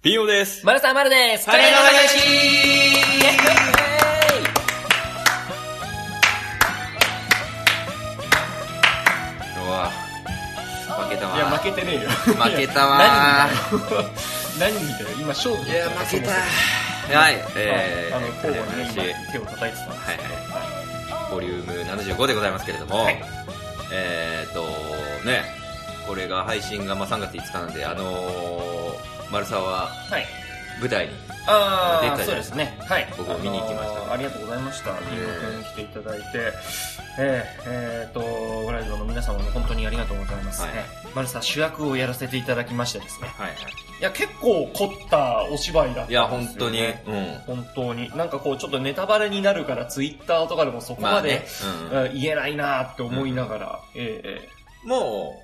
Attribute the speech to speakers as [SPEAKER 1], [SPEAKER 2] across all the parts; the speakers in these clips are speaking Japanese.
[SPEAKER 1] ピオです。
[SPEAKER 2] マルサンマルです
[SPEAKER 1] カレーの話
[SPEAKER 2] イエーイ
[SPEAKER 3] 今日は負けたわ
[SPEAKER 1] いや、負けてねえよ。
[SPEAKER 3] 負けたわ
[SPEAKER 1] 何見たよ何見たよ今、勝負
[SPEAKER 3] いや負けた
[SPEAKER 1] はい
[SPEAKER 3] はい
[SPEAKER 1] え
[SPEAKER 3] え
[SPEAKER 1] ー、
[SPEAKER 3] ー、
[SPEAKER 1] あの、
[SPEAKER 3] カ
[SPEAKER 1] 交
[SPEAKER 3] レー
[SPEAKER 1] 互
[SPEAKER 3] の
[SPEAKER 1] にね
[SPEAKER 3] 話
[SPEAKER 1] 今手を叩いてたんです
[SPEAKER 3] はいはいボリューム75でございますけれども、
[SPEAKER 1] はい
[SPEAKER 3] えーっとねこれが配信がまあ3月5日なんであのー、丸沢は
[SPEAKER 1] はい。
[SPEAKER 3] 舞台に
[SPEAKER 1] あ
[SPEAKER 3] 出
[SPEAKER 1] ー、
[SPEAKER 3] たじ
[SPEAKER 1] そ
[SPEAKER 3] ゃ
[SPEAKER 1] う
[SPEAKER 3] な
[SPEAKER 1] で
[SPEAKER 3] い
[SPEAKER 1] すね。はい。
[SPEAKER 3] 僕も見に行きました
[SPEAKER 1] あのーありがとうございました。ピオ君来ていただいて。えー、えーっと、ご来場の皆様も本当にありがとうございます。
[SPEAKER 3] はい
[SPEAKER 1] マルサ主役をやらせていただきましてですね。
[SPEAKER 3] はい
[SPEAKER 1] いや、結構凝ったお芝居だったんですよ、ね。
[SPEAKER 3] いや本当に、うん
[SPEAKER 1] 本当に。なんかこう、ちょっとネタバレになるから、ツイッターとかでもそこまで、
[SPEAKER 3] まあねうん
[SPEAKER 1] うん言えないなーって思いながら、えええ
[SPEAKER 3] も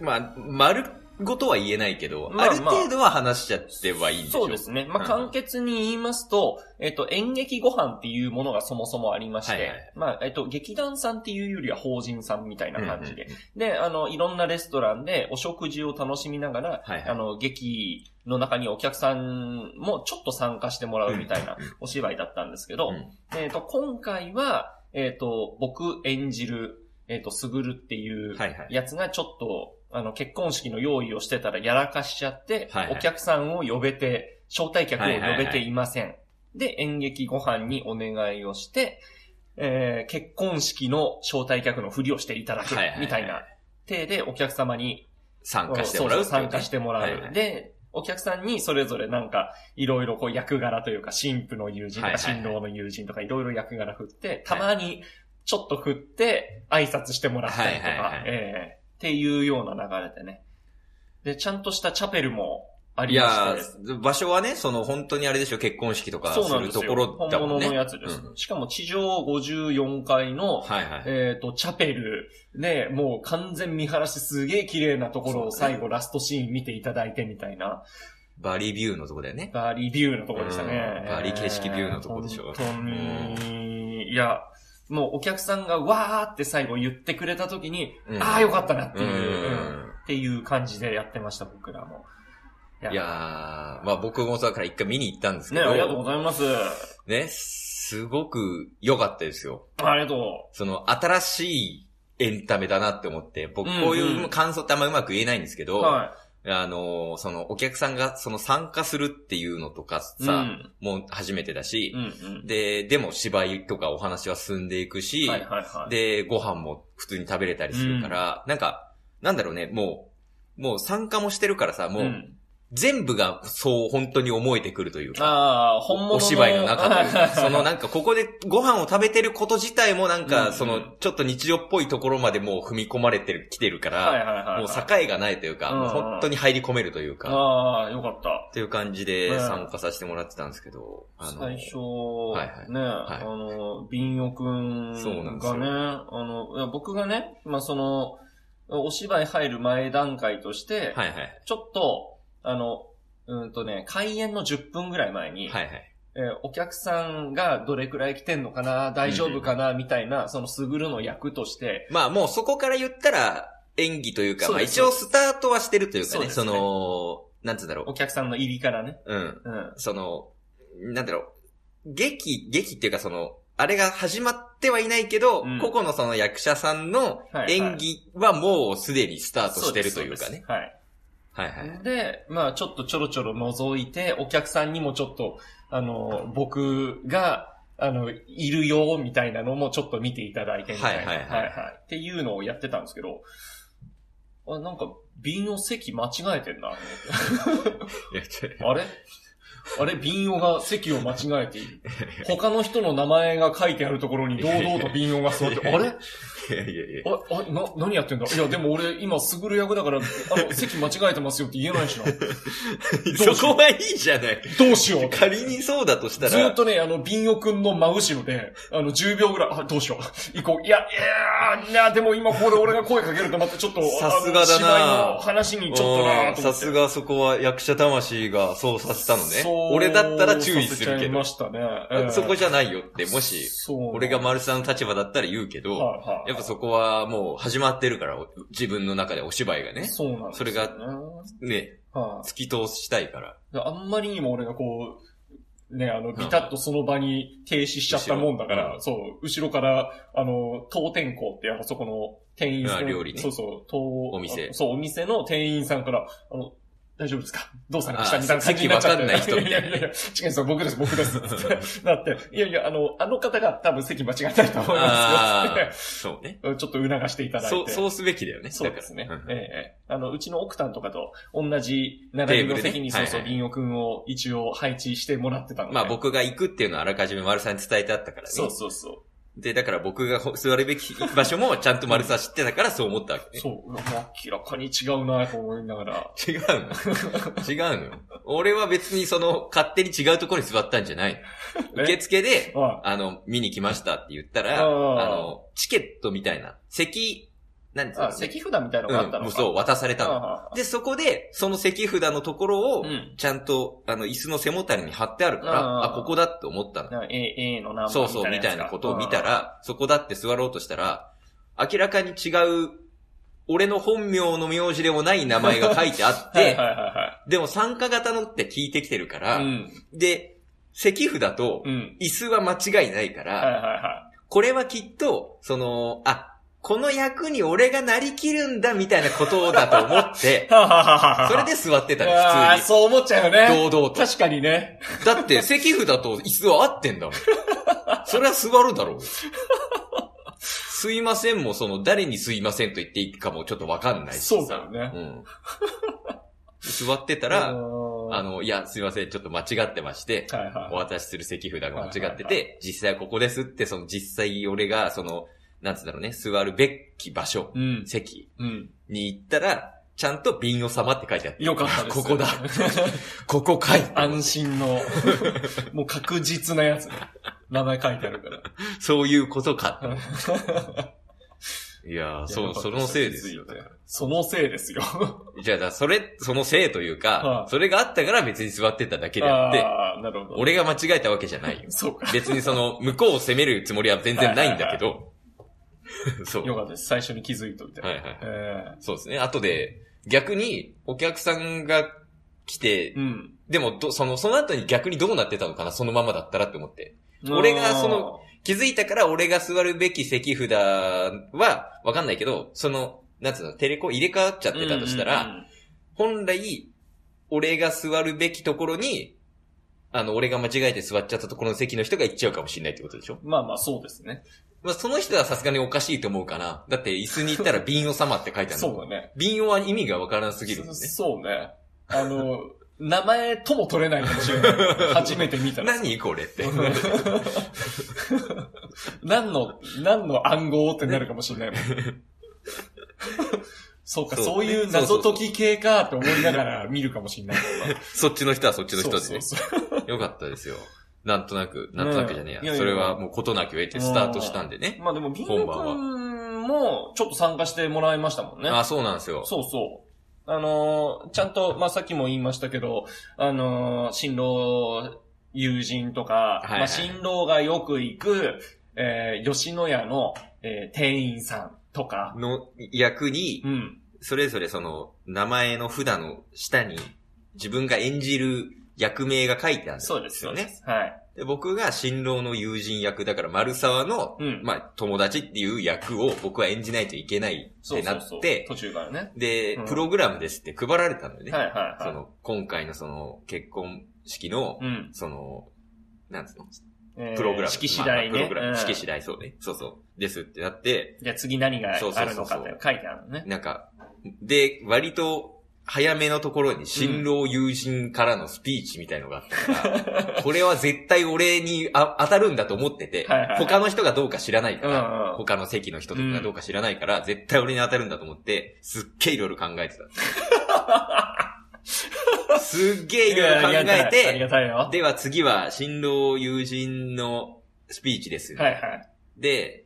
[SPEAKER 3] うまあ丸ごとは言えないけど、
[SPEAKER 1] まあまあ
[SPEAKER 3] ある程度は話しちゃってはいいん
[SPEAKER 1] え
[SPEAKER 3] でしょ
[SPEAKER 1] そうですね。まあ、
[SPEAKER 3] うん
[SPEAKER 1] 簡潔に言いますと、えっと、演劇ご飯っていうものがそもそもありまして、
[SPEAKER 3] はいはい
[SPEAKER 1] まあ、えっと、劇団さんっていうよりは法人さんみたいな感じで、
[SPEAKER 3] うんうん
[SPEAKER 1] で、あの、いろんなレストランでお食事を楽しみながら、
[SPEAKER 3] はいはい
[SPEAKER 1] あの、劇の中にお客さんもちょっと参加してもらうみたいなお芝居だったんですけど、
[SPEAKER 3] うん
[SPEAKER 1] えっ、と、今回は、えっ、と、僕演じる、えっ、と、すぐるっていう
[SPEAKER 3] はいはい
[SPEAKER 1] やつがちょっと、あの、結婚式の用意をしてたらやらかしちゃって、
[SPEAKER 3] はいはい
[SPEAKER 1] お客さんを呼べて、招待客を呼べていません。で、演劇ご飯にお願いをして、えー結婚式の招待客のふりをしていただけ
[SPEAKER 3] はいはいは、い
[SPEAKER 1] みたいな、手でお客様に
[SPEAKER 3] 参加してもらう
[SPEAKER 1] そうそう参加してもらう。
[SPEAKER 3] はいはい
[SPEAKER 1] で、お客さんにそれぞれなんか、いろいろこう役柄というか、神父の友人と
[SPEAKER 3] はい
[SPEAKER 1] か、
[SPEAKER 3] はいはい
[SPEAKER 1] 新郎の友人とか、いろいろ役柄振って、たまにちょっと振って、挨拶してもらったりとか、
[SPEAKER 3] はいはいはい
[SPEAKER 1] ええっていうような流れでね。で、ちゃんとしたチャペルもあ
[SPEAKER 3] い
[SPEAKER 1] りま
[SPEAKER 3] や
[SPEAKER 1] して。
[SPEAKER 3] ー、場所はね、その本当にあれでしょ、結婚式とかす
[SPEAKER 1] そうなん
[SPEAKER 3] る
[SPEAKER 1] です
[SPEAKER 3] と
[SPEAKER 1] よ。
[SPEAKER 3] ころ
[SPEAKER 1] 本
[SPEAKER 3] だもん
[SPEAKER 1] 物
[SPEAKER 3] ね。
[SPEAKER 1] のやつです。
[SPEAKER 3] うん
[SPEAKER 1] しかも地上54階の、
[SPEAKER 3] はいはい。
[SPEAKER 1] えっ、と、チャペル、ね、もう完全見晴らしすげえ綺麗なところを最後ラストシーン見ていただいてみたいな、
[SPEAKER 3] バリビューのとこだよね。
[SPEAKER 1] バリビューのところでしたね
[SPEAKER 3] う。んバリ景色ビューのとこでしょ
[SPEAKER 1] 本当に、いや、もうお客さんがわーって最後言ってくれた時に、
[SPEAKER 3] うん
[SPEAKER 1] ああ、よかったなっていう、うん
[SPEAKER 3] う
[SPEAKER 1] っていう感じでやってました、僕らも。
[SPEAKER 3] ん。いやー、まあ僕もさ、から一回見に行ったんですけ
[SPEAKER 1] ね、ありがとう
[SPEAKER 3] ど、
[SPEAKER 1] ございます。
[SPEAKER 3] ね、すごく良かったですよ。
[SPEAKER 1] ありがと
[SPEAKER 3] その、新しいエンタメだなって思って、僕
[SPEAKER 1] うんうん
[SPEAKER 3] こういう感想ってあんまうまく言えないんですけ
[SPEAKER 1] う。
[SPEAKER 3] ど、
[SPEAKER 1] は
[SPEAKER 3] あのー、その、お客さんがその参加するっていうのとかさ、
[SPEAKER 1] い。うん、
[SPEAKER 3] もう初めてだし
[SPEAKER 1] う、ん、うん。
[SPEAKER 3] で、でも芝居とかお話は進んでいくし、
[SPEAKER 1] はいはいはい。
[SPEAKER 3] で、ご飯も普通に食べれたりするから、なんか、なんだろうね、もう、もう参加もしてるからさ、も
[SPEAKER 1] う
[SPEAKER 3] うん全部がそう本当に思えてくるというか、
[SPEAKER 1] ああ、本物の。
[SPEAKER 3] お芝居の中 というか、その
[SPEAKER 1] な
[SPEAKER 3] なんかここでご飯を食べてること自体もなん
[SPEAKER 1] うんう
[SPEAKER 3] か、
[SPEAKER 1] ん
[SPEAKER 3] そのちょっと日常っぽいところまでもう踏み込まれてる、来てるか
[SPEAKER 1] はい
[SPEAKER 3] ら、
[SPEAKER 1] はいはいはい。
[SPEAKER 3] もう境がないというか、
[SPEAKER 1] うんうん
[SPEAKER 3] もう本当に入り込めるというか、
[SPEAKER 1] ああ、よかった。
[SPEAKER 3] っていう感じ
[SPEAKER 1] う
[SPEAKER 3] で
[SPEAKER 1] ん
[SPEAKER 3] 参加させてもらってたんですけど、あの
[SPEAKER 1] 最初、
[SPEAKER 3] はいはい
[SPEAKER 1] ね、
[SPEAKER 3] い
[SPEAKER 1] あの、ビンヨくん
[SPEAKER 3] そうなんですよ
[SPEAKER 1] がね、あの、いや僕がね、まあ、その、お芝居入る前段階として、
[SPEAKER 3] はいはい。
[SPEAKER 1] ちょっと、あの、うんとね、開演の10分ぐらい前に、
[SPEAKER 3] はいはい。
[SPEAKER 1] えーお客さんがどれくらい来てんのかな、大丈夫かな、みたいな、そのすぐるの役として、
[SPEAKER 3] まあもうそこから言ったら演技というか、
[SPEAKER 1] そう
[SPEAKER 3] まあ
[SPEAKER 1] です
[SPEAKER 3] 一応スタートはしてるというか
[SPEAKER 1] そう
[SPEAKER 3] ね、
[SPEAKER 1] です
[SPEAKER 3] そ
[SPEAKER 1] ね
[SPEAKER 3] の、なんつうんだろう
[SPEAKER 1] お。客さんの入りからね、
[SPEAKER 3] うん。
[SPEAKER 1] うん。
[SPEAKER 3] その、なんだろう、劇、劇っていうかその、あれが始まってはいないけど、
[SPEAKER 1] うん
[SPEAKER 3] 個々のその役者さんの
[SPEAKER 1] はいはい
[SPEAKER 3] 演技はもうすでにスタートしてるというか
[SPEAKER 1] そで
[SPEAKER 3] ね
[SPEAKER 1] す。。はい。
[SPEAKER 3] はいはい。
[SPEAKER 1] で、まあちょっとちょろちょろ覗いて、お客さんにもちょっと、あの、僕が、あの、いるよ、みたいなのもちょっと見ていただいてみたいな。
[SPEAKER 3] はいはいはい
[SPEAKER 1] っていうのをやってたんですけど、あ、なんか、瓶を席間違えてんな。
[SPEAKER 3] いやちょ
[SPEAKER 1] あれあれ、瓶をが席を間違えている。他の人の名前が書いてあるところに堂々と瓶をが 座って、あれ
[SPEAKER 3] いやいやいや。
[SPEAKER 1] あ、あ、な、何やってんだいや、でも俺、今、すぐる役だから、あの、席間違えてますよって言えないしな。どうしよう
[SPEAKER 3] そこはいいじゃ ない。
[SPEAKER 1] どうしようって
[SPEAKER 3] 仮にそうだとした
[SPEAKER 1] ずーっ
[SPEAKER 3] ら、
[SPEAKER 1] とね、あの、ビンヨくんの真後ろで、あの、10秒ぐらい、あ、どうしよう。行こう。いや、いやー、いやでも今これ俺が声かけるとまたちょっと、
[SPEAKER 3] さすがだな
[SPEAKER 1] あの芝居の話 にちょっとなーと思っ
[SPEAKER 3] う
[SPEAKER 1] て。
[SPEAKER 3] んさすがそこは役者魂がそうさせたのね。
[SPEAKER 1] そう
[SPEAKER 3] 俺だったら注意する
[SPEAKER 1] させちゃ
[SPEAKER 3] け
[SPEAKER 1] い
[SPEAKER 3] ど
[SPEAKER 1] ま。したね。ええ
[SPEAKER 3] そこじゃないよって、もし、
[SPEAKER 1] そう
[SPEAKER 3] 俺が丸さんの立場だったら言うけど、
[SPEAKER 1] はいはい。
[SPEAKER 3] やっぱそこはもう始まってるから、お自分の中でお芝居がね。
[SPEAKER 1] そうなんです
[SPEAKER 3] そ
[SPEAKER 1] よね
[SPEAKER 3] れがね、
[SPEAKER 1] は
[SPEAKER 3] 突き通したいから。
[SPEAKER 1] いあんまりにも俺がこう、ね、あの、ビタッとその場に停止しちゃったもんだから、
[SPEAKER 3] うん
[SPEAKER 1] そう、後ろから、あの、当店校って、あそこの店員さん。
[SPEAKER 3] あ料理ね
[SPEAKER 1] そうそう、当お
[SPEAKER 3] 店
[SPEAKER 1] そう、お店の店員さんから、あの、大丈夫ですかどうされました
[SPEAKER 3] あ
[SPEAKER 1] みたいな感じになっちゃって。
[SPEAKER 3] さっきわかんない人みたいなね
[SPEAKER 1] やいやいや、違うんですよ、僕です、僕です。 だって、いやいや、あの、あの方が多分席間違えないと思いますよ
[SPEAKER 3] あ。あ、そうね。
[SPEAKER 1] ちょっと促していただいて。
[SPEAKER 3] そう、そうすべきだよね。
[SPEAKER 1] そうです
[SPEAKER 3] だ
[SPEAKER 1] ね
[SPEAKER 3] か。らうん
[SPEAKER 1] ええあの、うちの奥さんとかと同じ並びの席に、
[SPEAKER 3] テーブルね
[SPEAKER 1] そうそう、
[SPEAKER 3] はいはい
[SPEAKER 1] りんごくんを一応配置してもらってたので。
[SPEAKER 3] まあ、僕が行くっていうのはあらかじめ丸さんに伝えてあったからね。
[SPEAKER 1] そうそうそ
[SPEAKER 3] で、だから僕が座るべき場所もちゃんと丸さん知ってたからそう思ったわ
[SPEAKER 1] う。
[SPEAKER 3] けね。
[SPEAKER 1] そう。もう明らかに違うなと思いながら。
[SPEAKER 3] 違うの違うのよ。俺は別にその、勝手に違うところに座ったんじゃないの。
[SPEAKER 1] え
[SPEAKER 3] 受付で、
[SPEAKER 1] は
[SPEAKER 3] あの、見に来ましたって言ったら、
[SPEAKER 1] あー
[SPEAKER 3] あの、チケットみたいな、席、なん
[SPEAKER 1] い
[SPEAKER 3] ていう
[SPEAKER 1] あ、
[SPEAKER 3] の
[SPEAKER 1] 席札みたいなのがあ
[SPEAKER 3] う
[SPEAKER 1] った
[SPEAKER 3] ん、
[SPEAKER 1] の
[SPEAKER 3] もう
[SPEAKER 1] か。
[SPEAKER 3] そう、渡されたの。
[SPEAKER 1] あ
[SPEAKER 3] で、そこで、その席札のところを
[SPEAKER 1] う、ん。
[SPEAKER 3] ちゃんと、あの、椅子の背もたれに貼ってあるから、
[SPEAKER 1] あ
[SPEAKER 3] あ
[SPEAKER 1] ー
[SPEAKER 3] ここだって思ったの。
[SPEAKER 1] な A、A のナンバー
[SPEAKER 3] そうそう、みたいなことを見た。ら、そこだって座ろうとしたら、明らかに違う、俺の本名の名字でもない名前が書いてあっ
[SPEAKER 1] みたい
[SPEAKER 3] て
[SPEAKER 1] なやつか、はいは
[SPEAKER 3] でも参加型のって聞いてきてるか
[SPEAKER 1] いは
[SPEAKER 3] ら、
[SPEAKER 1] いはい。うん。
[SPEAKER 3] で、席札と
[SPEAKER 1] う、ん。
[SPEAKER 3] 椅子は間違いないから、
[SPEAKER 1] はいはいは
[SPEAKER 3] これはきっと、その、あ、この役に俺がなりきるんだみたいなことだと思っ
[SPEAKER 1] い。
[SPEAKER 3] て、
[SPEAKER 1] はははは
[SPEAKER 3] それで座ってた
[SPEAKER 1] あ
[SPEAKER 3] の、
[SPEAKER 1] あ、
[SPEAKER 3] 普
[SPEAKER 1] そう思っちゃうよ
[SPEAKER 3] 通
[SPEAKER 1] ね。
[SPEAKER 3] に。堂々と。
[SPEAKER 1] 確かにね。
[SPEAKER 3] だって、席札と椅子は合ってん だもん。それは座るだろうよ。すいませんも、その、誰にすいませんと言っていいかもちょっとわかんないし。
[SPEAKER 1] そうだよね。
[SPEAKER 3] うん。座ってた
[SPEAKER 1] う
[SPEAKER 3] ら、
[SPEAKER 1] ーん
[SPEAKER 3] あ、の、いや、すいません、ちょっと間違ってまして、
[SPEAKER 1] はいはい
[SPEAKER 3] お。渡しする席札が間違って
[SPEAKER 1] はいは
[SPEAKER 3] て、実際はここですって、その、実際俺が、その、なんつうんだろうね、座るべき場所、
[SPEAKER 1] うん。
[SPEAKER 3] 席
[SPEAKER 1] うん。
[SPEAKER 3] に行ったら、ちゃんと瓶を様って書いてあって、
[SPEAKER 1] よかったです。
[SPEAKER 3] ここ だ。 ここ書いてある
[SPEAKER 1] 安心の、 もう確実なやつね。名前書いてあるから。
[SPEAKER 3] そういうことか。 いやー、
[SPEAKER 1] い
[SPEAKER 3] そ
[SPEAKER 1] や
[SPEAKER 3] う、そのせいですよ。。
[SPEAKER 1] だからそのせいですよ。
[SPEAKER 3] じゃあ、だそれ、そのせいという
[SPEAKER 1] は
[SPEAKER 3] か
[SPEAKER 1] い、
[SPEAKER 3] それがあったから別に座ってただけであって、
[SPEAKER 1] ああ、なるほど。、。
[SPEAKER 3] 俺が間違えたわけじゃないよ
[SPEAKER 1] そうか。
[SPEAKER 3] 別にその、向こうを責めるつもりは全然ないんだけど、そう。
[SPEAKER 1] よかったです。最初に気づいといて。
[SPEAKER 3] はいはいはい。
[SPEAKER 1] え
[SPEAKER 3] そうですね。あとで、逆に、お客さんが来て
[SPEAKER 1] え、うん。
[SPEAKER 3] でもど、その、その後に逆にどうなってたのかな、そのままだったらって思って。俺がその、気づいたから俺が座るべき席札は、わかんないけど、その、なんつうの、テレコ入れ替わっちゃってたとしたら、
[SPEAKER 1] うんうんうん、
[SPEAKER 3] 本来、俺が座るべきところに、あの、俺が間違えて座っちゃったところの席の人が行っちゃうかもしれないってことでしょ
[SPEAKER 1] まあまあそうですね。
[SPEAKER 3] まあ、その人はさすがにおかしいと思うかな。だって、椅子に行った ら瓶を様って書いてあるの。
[SPEAKER 1] そうだね。
[SPEAKER 3] 瓶をは意味がわからなすぎるんで
[SPEAKER 1] そ
[SPEAKER 3] す
[SPEAKER 1] そうね。あの、名前とも取れないかもしれない。初めて見た
[SPEAKER 3] ね。
[SPEAKER 1] ら。
[SPEAKER 3] 何これって。
[SPEAKER 1] 何の、何の暗号ってなるかもしれないもん。 そうか、
[SPEAKER 3] そう
[SPEAKER 1] そういう謎解き系かって思いながら見るかもしれない。
[SPEAKER 3] そ っちの人はそっちの人で
[SPEAKER 1] そう
[SPEAKER 3] す
[SPEAKER 1] そ
[SPEAKER 3] ね
[SPEAKER 1] う。そう。
[SPEAKER 3] よかったですよ。なんとなく、なんとなくじゃねえや。
[SPEAKER 1] ねえいやいや
[SPEAKER 3] それはもうことなきを得てスタートしたんでね。
[SPEAKER 1] まあでも、ビンゴくんも、ちょっと参加してもらいましたもんね。
[SPEAKER 3] あ、そうなんですよ。
[SPEAKER 1] そうそう。あのーちゃんと、まあ、さっきも言いましたけど、あのー新郎友人とか、
[SPEAKER 3] はいはい
[SPEAKER 1] まあ、新郎がよく行く、えー吉野家の、えー店員さんとか、
[SPEAKER 3] の役に
[SPEAKER 1] う、ん。
[SPEAKER 3] それぞれその、名前の札の下に、自分が演じる役名が書いてあるんですよ
[SPEAKER 1] そう
[SPEAKER 3] ね。
[SPEAKER 1] ですよね。はい。
[SPEAKER 3] で僕が新郎の友人役だから、丸沢の、
[SPEAKER 1] うん
[SPEAKER 3] まあ、友達っていう役を僕は演じないといけないっ
[SPEAKER 1] そう
[SPEAKER 3] て
[SPEAKER 1] そ
[SPEAKER 3] な
[SPEAKER 1] う
[SPEAKER 3] っ
[SPEAKER 1] そう。
[SPEAKER 3] て、
[SPEAKER 1] 途中からね。
[SPEAKER 3] で
[SPEAKER 1] うん、
[SPEAKER 3] プログラムですって配られたのよね。
[SPEAKER 1] はいはい
[SPEAKER 3] そ
[SPEAKER 1] は
[SPEAKER 3] の、今回のその、結婚式の
[SPEAKER 1] い。、うん。
[SPEAKER 3] その、なんつうの
[SPEAKER 1] えー
[SPEAKER 3] プログラム。
[SPEAKER 1] 式次第ね。
[SPEAKER 3] まあまあプログラム。式
[SPEAKER 1] うん
[SPEAKER 3] 次第、そうね。そうそう。ですってなって、
[SPEAKER 1] じゃあ次何があ
[SPEAKER 3] そうそうそう
[SPEAKER 1] る
[SPEAKER 3] そ
[SPEAKER 1] の
[SPEAKER 3] う
[SPEAKER 1] かって書いてあるのね。
[SPEAKER 3] なんか、で、割と、早めのところに新郎友人からのスピーチみたいのがあった から、これは絶対俺にあ当たるんだと思ってて
[SPEAKER 1] はいはいはい、
[SPEAKER 3] 他の人がどうか知らないか
[SPEAKER 1] うんうん
[SPEAKER 3] ら、他の席の人とかがどうか知らないから、絶対俺に当たるんだと思って、すっげえいろいろ考え てた。すっげえいろいろ考
[SPEAKER 1] いやい
[SPEAKER 3] え
[SPEAKER 1] やあり
[SPEAKER 3] て、
[SPEAKER 1] がたいよ。は
[SPEAKER 3] では次は新郎友人のスピーチです。
[SPEAKER 1] いはい。
[SPEAKER 3] で、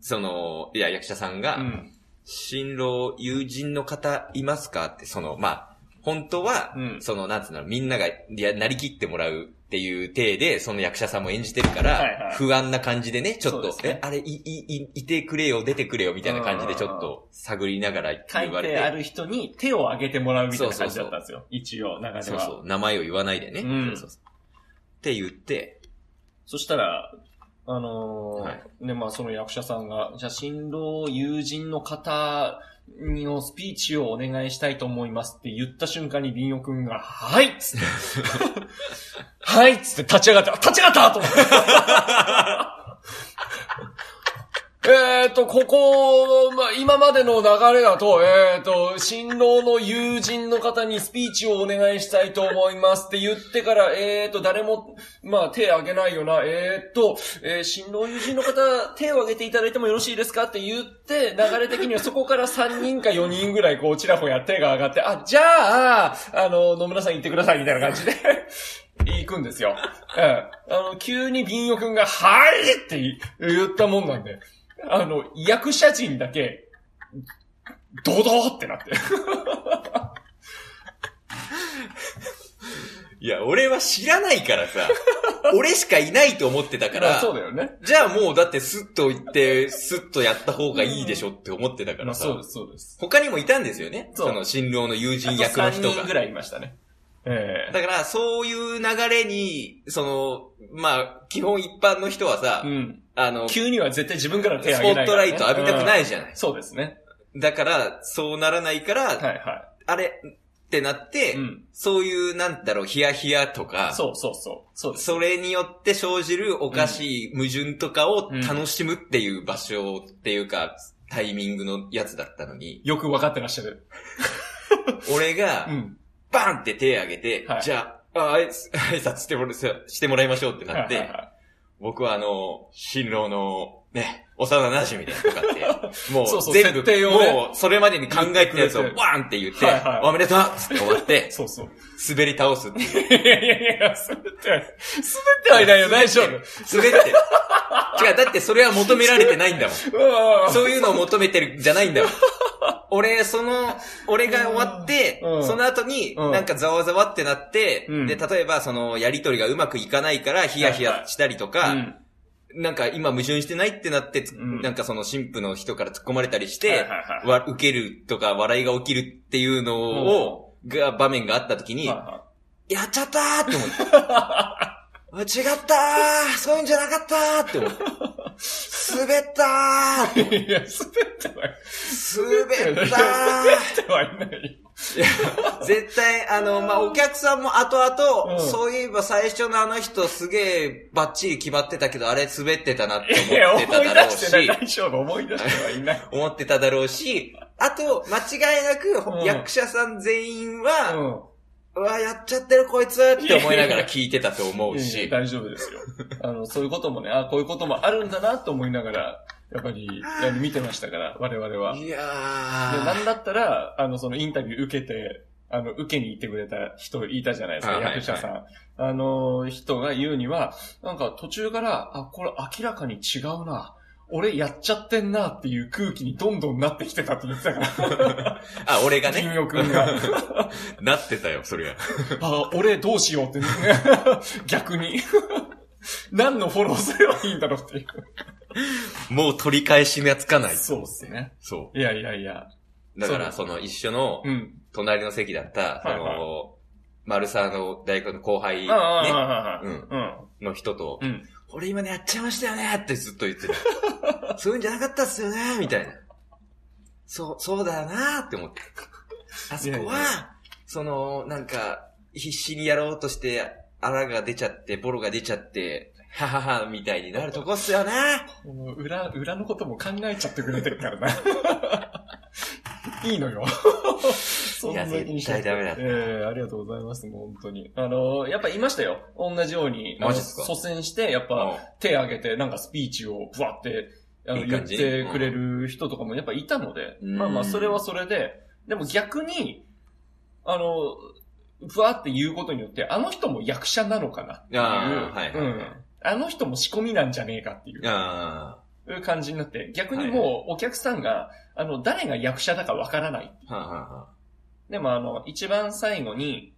[SPEAKER 3] その、いや、役者さんが、
[SPEAKER 1] うん。
[SPEAKER 3] 新郎、友人の方いますかって、その、まあ、本当は、
[SPEAKER 1] うん
[SPEAKER 3] その、なんつうの、みんなが、いや、なりきってもらうっていう体で、その役者さんも演じてるか
[SPEAKER 1] はいは
[SPEAKER 3] ら
[SPEAKER 1] い、
[SPEAKER 3] 不安な感じでね、ちょっと、
[SPEAKER 1] そうですね
[SPEAKER 3] え、あれ、い、い、い、いてくれよ、出てくれよ、みたいな感じで、ちょっと探りながら
[SPEAKER 1] 書
[SPEAKER 3] 言わ
[SPEAKER 1] い
[SPEAKER 3] れ
[SPEAKER 1] てあ
[SPEAKER 3] て、
[SPEAKER 1] る人に手を挙げてもらうみたいな感じだったんですよ。一応、中で
[SPEAKER 3] そう
[SPEAKER 1] は。そ
[SPEAKER 3] そう、名前を言わないでね。
[SPEAKER 1] うん
[SPEAKER 3] そうそうそうって言って、
[SPEAKER 1] したら、あのー
[SPEAKER 3] はい
[SPEAKER 1] ね、まあその役者さんが、じゃあ新郎友人の方にのスピーチをお願いしたいと思いますって言った瞬間に林オくんが、はいっ つって、はいっつって立ち上がった、立ち上がったと思って。 えっと、ここ、まあ、今までの流れだと、えっ、と、新郎の友人の方にスピーチをお願いしたいと思いますって言ってから、えっ、と、誰も、まあ、手挙げないよな、えっ、と、えー新郎友人の方、手を挙げていただいてもよろしいですかって言って、流れ的にはそこから3人か4人ぐらい、こう、ちらほや手が上がって、あ、じゃあ、あの、野村さん行ってください、みたいな感じで。行くんですよ。うん。あの、急に銀代くんが、はいって言ったもんなんで、あの、役者陣だけ、ドドーってなって。
[SPEAKER 3] いや、俺は知らないから さ、俺しかいないと思ってたか
[SPEAKER 1] まあ
[SPEAKER 3] ら、
[SPEAKER 1] そうだよね。
[SPEAKER 3] じゃあもうだってスッと行って、スッとやった方がいいでしょって思ってたか
[SPEAKER 1] まあ
[SPEAKER 3] ら
[SPEAKER 1] そう
[SPEAKER 3] さ
[SPEAKER 1] で、す、そうです。
[SPEAKER 3] 他にもいたんですよね。
[SPEAKER 1] そう
[SPEAKER 3] その新郎の友
[SPEAKER 1] あ
[SPEAKER 3] 人
[SPEAKER 1] と
[SPEAKER 3] 役の人
[SPEAKER 1] 3
[SPEAKER 3] が
[SPEAKER 1] 人ぐ。らいいましたね。ええ
[SPEAKER 3] だから、そういう流れに、その、まあ、基本一般の人はさ、
[SPEAKER 1] うん。
[SPEAKER 3] あの、ス
[SPEAKER 1] 急には絶対自分から
[SPEAKER 3] ポ
[SPEAKER 1] 手挙げな
[SPEAKER 3] ッ
[SPEAKER 1] い
[SPEAKER 3] ト
[SPEAKER 1] から
[SPEAKER 3] ラ
[SPEAKER 1] ね、。
[SPEAKER 3] イト浴びたくないいじゃない。
[SPEAKER 1] そうですね。
[SPEAKER 3] だから、そうならないから、
[SPEAKER 1] はいは
[SPEAKER 3] あれってなって、
[SPEAKER 1] い。うん。
[SPEAKER 3] そういう、なんだろう、ヒヤヒヤとか、
[SPEAKER 1] そうそうそう。そうです。
[SPEAKER 3] それによって生じるおかしい矛盾とかを楽しむっていう場所っていうか、タイミングのやつだったのに、
[SPEAKER 1] よくわかってらっしゃる。
[SPEAKER 3] 俺が
[SPEAKER 1] う、ん。
[SPEAKER 3] バンって手挙げて、
[SPEAKER 1] はい
[SPEAKER 3] じゃあ、あ挨挨拶してもらしてもらいましょうってなっ
[SPEAKER 1] はいは
[SPEAKER 3] て
[SPEAKER 1] い、はい
[SPEAKER 3] 僕はあの、新郎の、ね、幼馴染みたいなのとか って、も
[SPEAKER 1] そうそうう
[SPEAKER 3] 全部、
[SPEAKER 1] 設定をね
[SPEAKER 3] もうそれまでに考えてたやつを
[SPEAKER 1] 言ってくれて
[SPEAKER 3] バーンって言って、
[SPEAKER 1] はいはい
[SPEAKER 3] おめでとうっつって終わって、
[SPEAKER 1] そうそう。
[SPEAKER 3] 滑り倒すっていう。
[SPEAKER 1] いやいやいや、滑っては、滑ってはいないよ、大丈夫。うん
[SPEAKER 3] 滑って。違う、だってそれは求められてないん だもん。
[SPEAKER 1] うんうん
[SPEAKER 3] そういうのを求めてるんじゃないんだ よ。俺、その、俺が終わって、
[SPEAKER 1] うん
[SPEAKER 3] その後に、
[SPEAKER 1] うん
[SPEAKER 3] なんかざわざわってなって、
[SPEAKER 1] うん
[SPEAKER 3] で、例えばその、やりとりがうまくいかないから、ヒヤヒヤしたりとか、
[SPEAKER 1] うん
[SPEAKER 3] なんか今矛盾してないってなって、つ
[SPEAKER 1] うん
[SPEAKER 3] なんかその神父の人から突っ込まれたりし
[SPEAKER 1] はい
[SPEAKER 3] て
[SPEAKER 1] はい、はい
[SPEAKER 3] わ、受けるとか笑いが起きるっていうのを、が、場面があった時に、
[SPEAKER 1] はいは
[SPEAKER 3] やっちゃったーって 思って。違ったーそういうんじゃなかったーって思って。滑ったーって思って
[SPEAKER 1] いいや、滑っては
[SPEAKER 3] 滑った
[SPEAKER 1] ってはいない。
[SPEAKER 3] ー絶対、あの、まあ、お客さんも後々、
[SPEAKER 1] うん
[SPEAKER 3] そういえば最初のあの人すげえバッチリ決まってたけど、あれ滑ってたなって
[SPEAKER 1] いや、
[SPEAKER 3] 思っ
[SPEAKER 1] 思
[SPEAKER 3] てただ
[SPEAKER 1] い出
[SPEAKER 3] ろう
[SPEAKER 1] してない。
[SPEAKER 3] し、
[SPEAKER 1] 大丈夫、思い出してはい ない。
[SPEAKER 3] 思ってただろうし、あと、間違いな
[SPEAKER 1] うん
[SPEAKER 3] く、役者さん全員は、
[SPEAKER 1] う
[SPEAKER 3] うわ、やっちゃってるこいつって思いながら聞いてたと思
[SPEAKER 1] ん
[SPEAKER 3] う
[SPEAKER 1] いやい
[SPEAKER 3] し
[SPEAKER 1] や。大丈夫ですよ。あの、そういうこともね、あこういうこともあるんだなと思いながら、やっぱり、あの見てましたから、我々は。で、
[SPEAKER 3] いや
[SPEAKER 1] なん
[SPEAKER 3] ー。
[SPEAKER 1] だったら、あの、そのインタビュー受けて、あの、受けに行ってくれた人いたじゃないですか、
[SPEAKER 3] あはいはい
[SPEAKER 1] 役者さん。あの、人が言うには、なんか途中から、あ、これ明らかに違うな。俺やっちゃってんなっていう空気にどんどんなってきてたって言ってたから。
[SPEAKER 3] あ、俺がね。
[SPEAKER 1] 君 を君が。
[SPEAKER 3] なってたよ、そりゃ。
[SPEAKER 1] あ、俺どうしようって ね、逆に。 何のフォローすればいいんだろうっていう。
[SPEAKER 3] もう取り返しがつかない。
[SPEAKER 1] そうですね。
[SPEAKER 3] そ
[SPEAKER 1] いやいやいや。
[SPEAKER 3] う。だから、
[SPEAKER 1] そ
[SPEAKER 3] その一緒の
[SPEAKER 1] うん。
[SPEAKER 3] 隣の席だった、そ
[SPEAKER 1] はいはい
[SPEAKER 3] の、丸沢の大学の後輩、ね
[SPEAKER 1] あ、あ、ああ、ああ
[SPEAKER 3] うん
[SPEAKER 1] うん。
[SPEAKER 3] の人と
[SPEAKER 1] うん、
[SPEAKER 3] 俺今ね、やっちゃいましたよねってずっと言って た。そういうんじゃなかったっすよねみたいな。そう、そうだよなって思って。あそ
[SPEAKER 1] いや
[SPEAKER 3] こ
[SPEAKER 1] い
[SPEAKER 3] は、その、なんか、必死にやろうとして、あらが出ちゃって、ボロが出ちゃって、ははは、みたいになるとこっすよね
[SPEAKER 1] この裏、裏のことも考えちゃってくれてる からな。いいのよ。そんな気にしなくて
[SPEAKER 3] いや絶対ダメだった
[SPEAKER 1] ええありがとうございます、もう本当に。あのーやっぱいましたよ。同じように。
[SPEAKER 3] マジっすか
[SPEAKER 1] あの率先して、やっぱ、手挙げて、なんかスピーチをぶわって、あの、
[SPEAKER 3] いい
[SPEAKER 1] 言っ
[SPEAKER 3] 感じ
[SPEAKER 1] てくれる人とかもやっぱいたので、
[SPEAKER 3] うん
[SPEAKER 1] まあまあ、それはそれで、でも逆に、あの、ぶわって言うことによって、あの人も役者なのかなっていう、
[SPEAKER 3] あーはいはい
[SPEAKER 1] うん。あの人も仕込みなんじゃねえかっていう
[SPEAKER 3] うん。あ
[SPEAKER 1] いう感じになって、逆にもうお客さんが、あの、誰が役者だかわからない。
[SPEAKER 3] あ、はあはあはあ。
[SPEAKER 1] でもあの、一番最後に、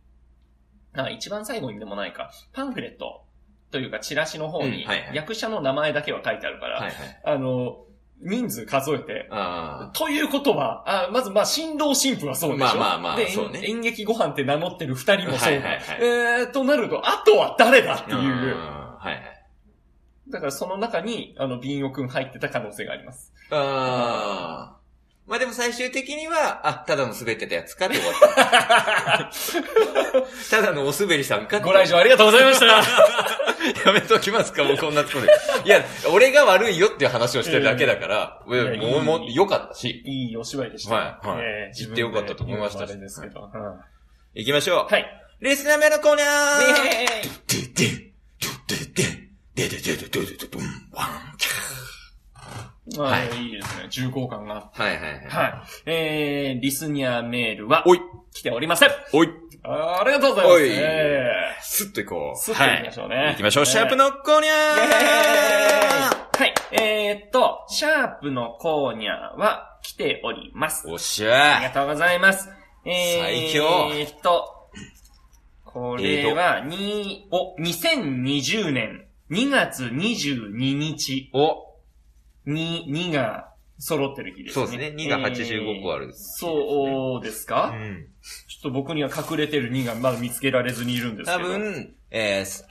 [SPEAKER 1] あ一番最後にでもないか、パンフレットというかチラシの方
[SPEAKER 3] う
[SPEAKER 1] に
[SPEAKER 3] んはいはい
[SPEAKER 1] 役者の名前だけは書いてあるから、
[SPEAKER 3] はいはい。
[SPEAKER 1] あの、人数数えて、
[SPEAKER 3] あ
[SPEAKER 1] ということは、あまず、まあ、新郎新婦はそうでし
[SPEAKER 3] まあ
[SPEAKER 1] ょ。
[SPEAKER 3] まあまあ
[SPEAKER 1] で、
[SPEAKER 3] そうね
[SPEAKER 1] 演演劇ご飯って名乗ってる二人もそ
[SPEAKER 3] は
[SPEAKER 1] うだ。
[SPEAKER 3] いはいはい
[SPEAKER 1] えー、となると、あとは誰だっ
[SPEAKER 3] あ。
[SPEAKER 1] ていう。
[SPEAKER 3] はいはい。
[SPEAKER 1] だから、その中に、あの、ビンオくん入ってた可能性があります。
[SPEAKER 3] ああ。まあでも最終的には、あ、ただの滑ってたやつかって終わった。ただのお滑りさんかって
[SPEAKER 4] ご来場ありがとうございました。
[SPEAKER 3] やめときますか、もうこんなところで。いや、俺が悪いよっていう話をしてるだけだから、
[SPEAKER 1] や
[SPEAKER 3] 俺
[SPEAKER 1] い
[SPEAKER 3] も、
[SPEAKER 1] いう
[SPEAKER 3] もう、良かったし。
[SPEAKER 1] いいお芝居でした。
[SPEAKER 3] はいはい
[SPEAKER 1] えー
[SPEAKER 3] 行ってよかったと思いました
[SPEAKER 1] 自分で言うのもあれですけど。うんは
[SPEAKER 3] 行きましょう。
[SPEAKER 1] い。
[SPEAKER 3] リスナーメのコーナー
[SPEAKER 1] イエーイ
[SPEAKER 3] ででででででででででブンワン
[SPEAKER 1] まあ、
[SPEAKER 3] はい
[SPEAKER 1] いいですね。重厚感があって。
[SPEAKER 3] はいはいはい。
[SPEAKER 1] はい。えー、リスニアメールは、
[SPEAKER 3] おい
[SPEAKER 1] 来ておりません。
[SPEAKER 3] おい
[SPEAKER 1] あありがとうございます。
[SPEAKER 3] おい
[SPEAKER 1] えー
[SPEAKER 3] スッと行こう。
[SPEAKER 1] スッと行きましょうね
[SPEAKER 3] はい行きましょう。
[SPEAKER 1] えー
[SPEAKER 3] シャープのコーニャ
[SPEAKER 1] イエー
[SPEAKER 3] ー
[SPEAKER 1] イはい。えーっと、シャープのコーニャは来ております。
[SPEAKER 3] おっし
[SPEAKER 1] ありが
[SPEAKER 3] ゃ
[SPEAKER 1] とうございます。えー、
[SPEAKER 3] 最強
[SPEAKER 1] えーっと、これは、に、お、2020年2月22日
[SPEAKER 3] お
[SPEAKER 1] に、2が揃ってる日ですね。
[SPEAKER 3] そうですね2が85個ある
[SPEAKER 1] えーそうです
[SPEAKER 3] う
[SPEAKER 1] か、
[SPEAKER 3] ん。
[SPEAKER 1] ちょっと僕には隠れてる2がまだ見つけられずにいるんですけ
[SPEAKER 3] 多
[SPEAKER 1] ど。。
[SPEAKER 3] 分、えー、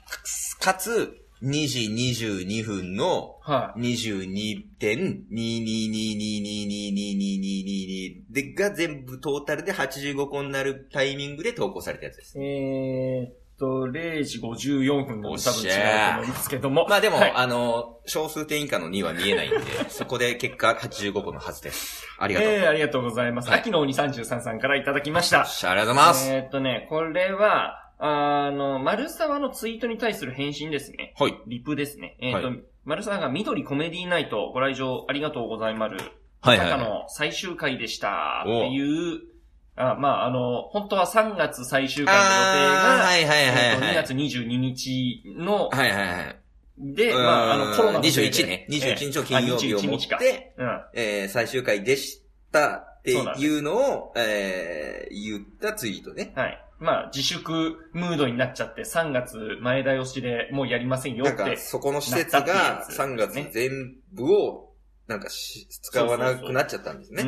[SPEAKER 3] かつ、2時22分の
[SPEAKER 1] は
[SPEAKER 3] 22.2222222222で、が全部トータルで85個になるタイミングで投稿されたやつです。
[SPEAKER 1] い。えーっと、0時54分の
[SPEAKER 3] お
[SPEAKER 1] 多
[SPEAKER 3] っ
[SPEAKER 1] 分
[SPEAKER 3] しゃー
[SPEAKER 1] 違うと思うんですけども。
[SPEAKER 3] まあでも、
[SPEAKER 1] はい
[SPEAKER 3] あの、小数点以下の2は見えないんで、そこで結果85個のはずです。ありがとう。
[SPEAKER 1] ええありがとうございます。
[SPEAKER 3] はい
[SPEAKER 1] 秋の鬼33さんからいただきました。
[SPEAKER 3] しゃありがとうございます。
[SPEAKER 1] えーっとね、これは、あの、丸沢のツイートに対する返信ですね。
[SPEAKER 3] はい。
[SPEAKER 1] リプですね。えーっと、
[SPEAKER 3] は
[SPEAKER 1] 丸沢が緑コメディナイトご来場ありがとうございまる。
[SPEAKER 3] はい
[SPEAKER 1] 中
[SPEAKER 3] は
[SPEAKER 1] の最終回でした。っ
[SPEAKER 3] お
[SPEAKER 1] ていう、あまあ、あの、本当は3月最終
[SPEAKER 3] い。
[SPEAKER 1] 回の予定
[SPEAKER 3] あー、
[SPEAKER 1] が、
[SPEAKER 3] はいはいは
[SPEAKER 1] え
[SPEAKER 3] い
[SPEAKER 1] ー
[SPEAKER 3] はい。
[SPEAKER 1] っと2月22日の、
[SPEAKER 3] はいはいはい。
[SPEAKER 1] で、まあ、あの、コロナのせいで
[SPEAKER 3] 21ね。21日の金曜日をもっ
[SPEAKER 1] あ21日か
[SPEAKER 3] て、
[SPEAKER 1] うん。
[SPEAKER 3] えー、最終回でしたっていうのを、えー、言ったツイートね。
[SPEAKER 1] はい。まあ、自粛ムードになっちゃって、3月前倒しでもうやりませんよ
[SPEAKER 3] な
[SPEAKER 1] っ
[SPEAKER 3] んか、
[SPEAKER 1] て。
[SPEAKER 3] そこの施設
[SPEAKER 1] なった
[SPEAKER 3] が
[SPEAKER 1] ってやつ
[SPEAKER 3] 3月全部を、なんかし、使わなくなっちゃったんです
[SPEAKER 1] う
[SPEAKER 3] ね。
[SPEAKER 1] ん。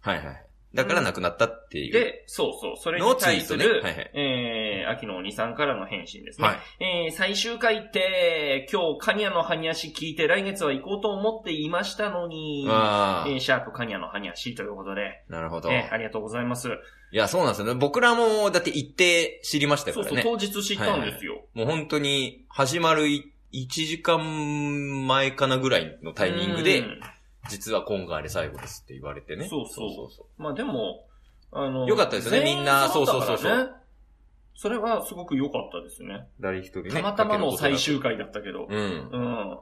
[SPEAKER 3] はいはい。だからなくなったっていう。
[SPEAKER 1] で、そうそう、それ
[SPEAKER 3] の
[SPEAKER 1] に
[SPEAKER 3] ツイ
[SPEAKER 1] 対
[SPEAKER 3] ート
[SPEAKER 1] す
[SPEAKER 3] ね。
[SPEAKER 1] る、
[SPEAKER 3] はいはい。
[SPEAKER 1] えー、秋の鬼さんからの返信ですね。
[SPEAKER 3] はい。
[SPEAKER 1] えー、最終回って、今日、カニャのハニヤシ聞いて、来月は行こうと思っていましたのに、
[SPEAKER 3] あ
[SPEAKER 1] えー、シャープカニャのハニヤシということで、
[SPEAKER 3] あ、なるほど。
[SPEAKER 1] えー、ありがとうございます。
[SPEAKER 3] いや、そうなんですよね。僕らも、だって行って知りましたか
[SPEAKER 1] そう
[SPEAKER 3] ら
[SPEAKER 1] そう、
[SPEAKER 3] ね。
[SPEAKER 1] 当日知ったんですよ。
[SPEAKER 3] もう本当に、始まるい1時間前かなぐらいのタイミングで、
[SPEAKER 1] うん
[SPEAKER 3] 実は今回で最後ですって言われてね。
[SPEAKER 1] そうそう
[SPEAKER 3] そ
[SPEAKER 1] まあでも、あの、
[SPEAKER 3] よかったですね
[SPEAKER 1] 全員
[SPEAKER 3] みんな
[SPEAKER 1] 揃ったから
[SPEAKER 3] そうそうそうそ
[SPEAKER 1] ね。それはすごく良かったですね。
[SPEAKER 3] う。誰一人ね。
[SPEAKER 1] たまたまの最終回だったけど。
[SPEAKER 3] うん。
[SPEAKER 1] うん。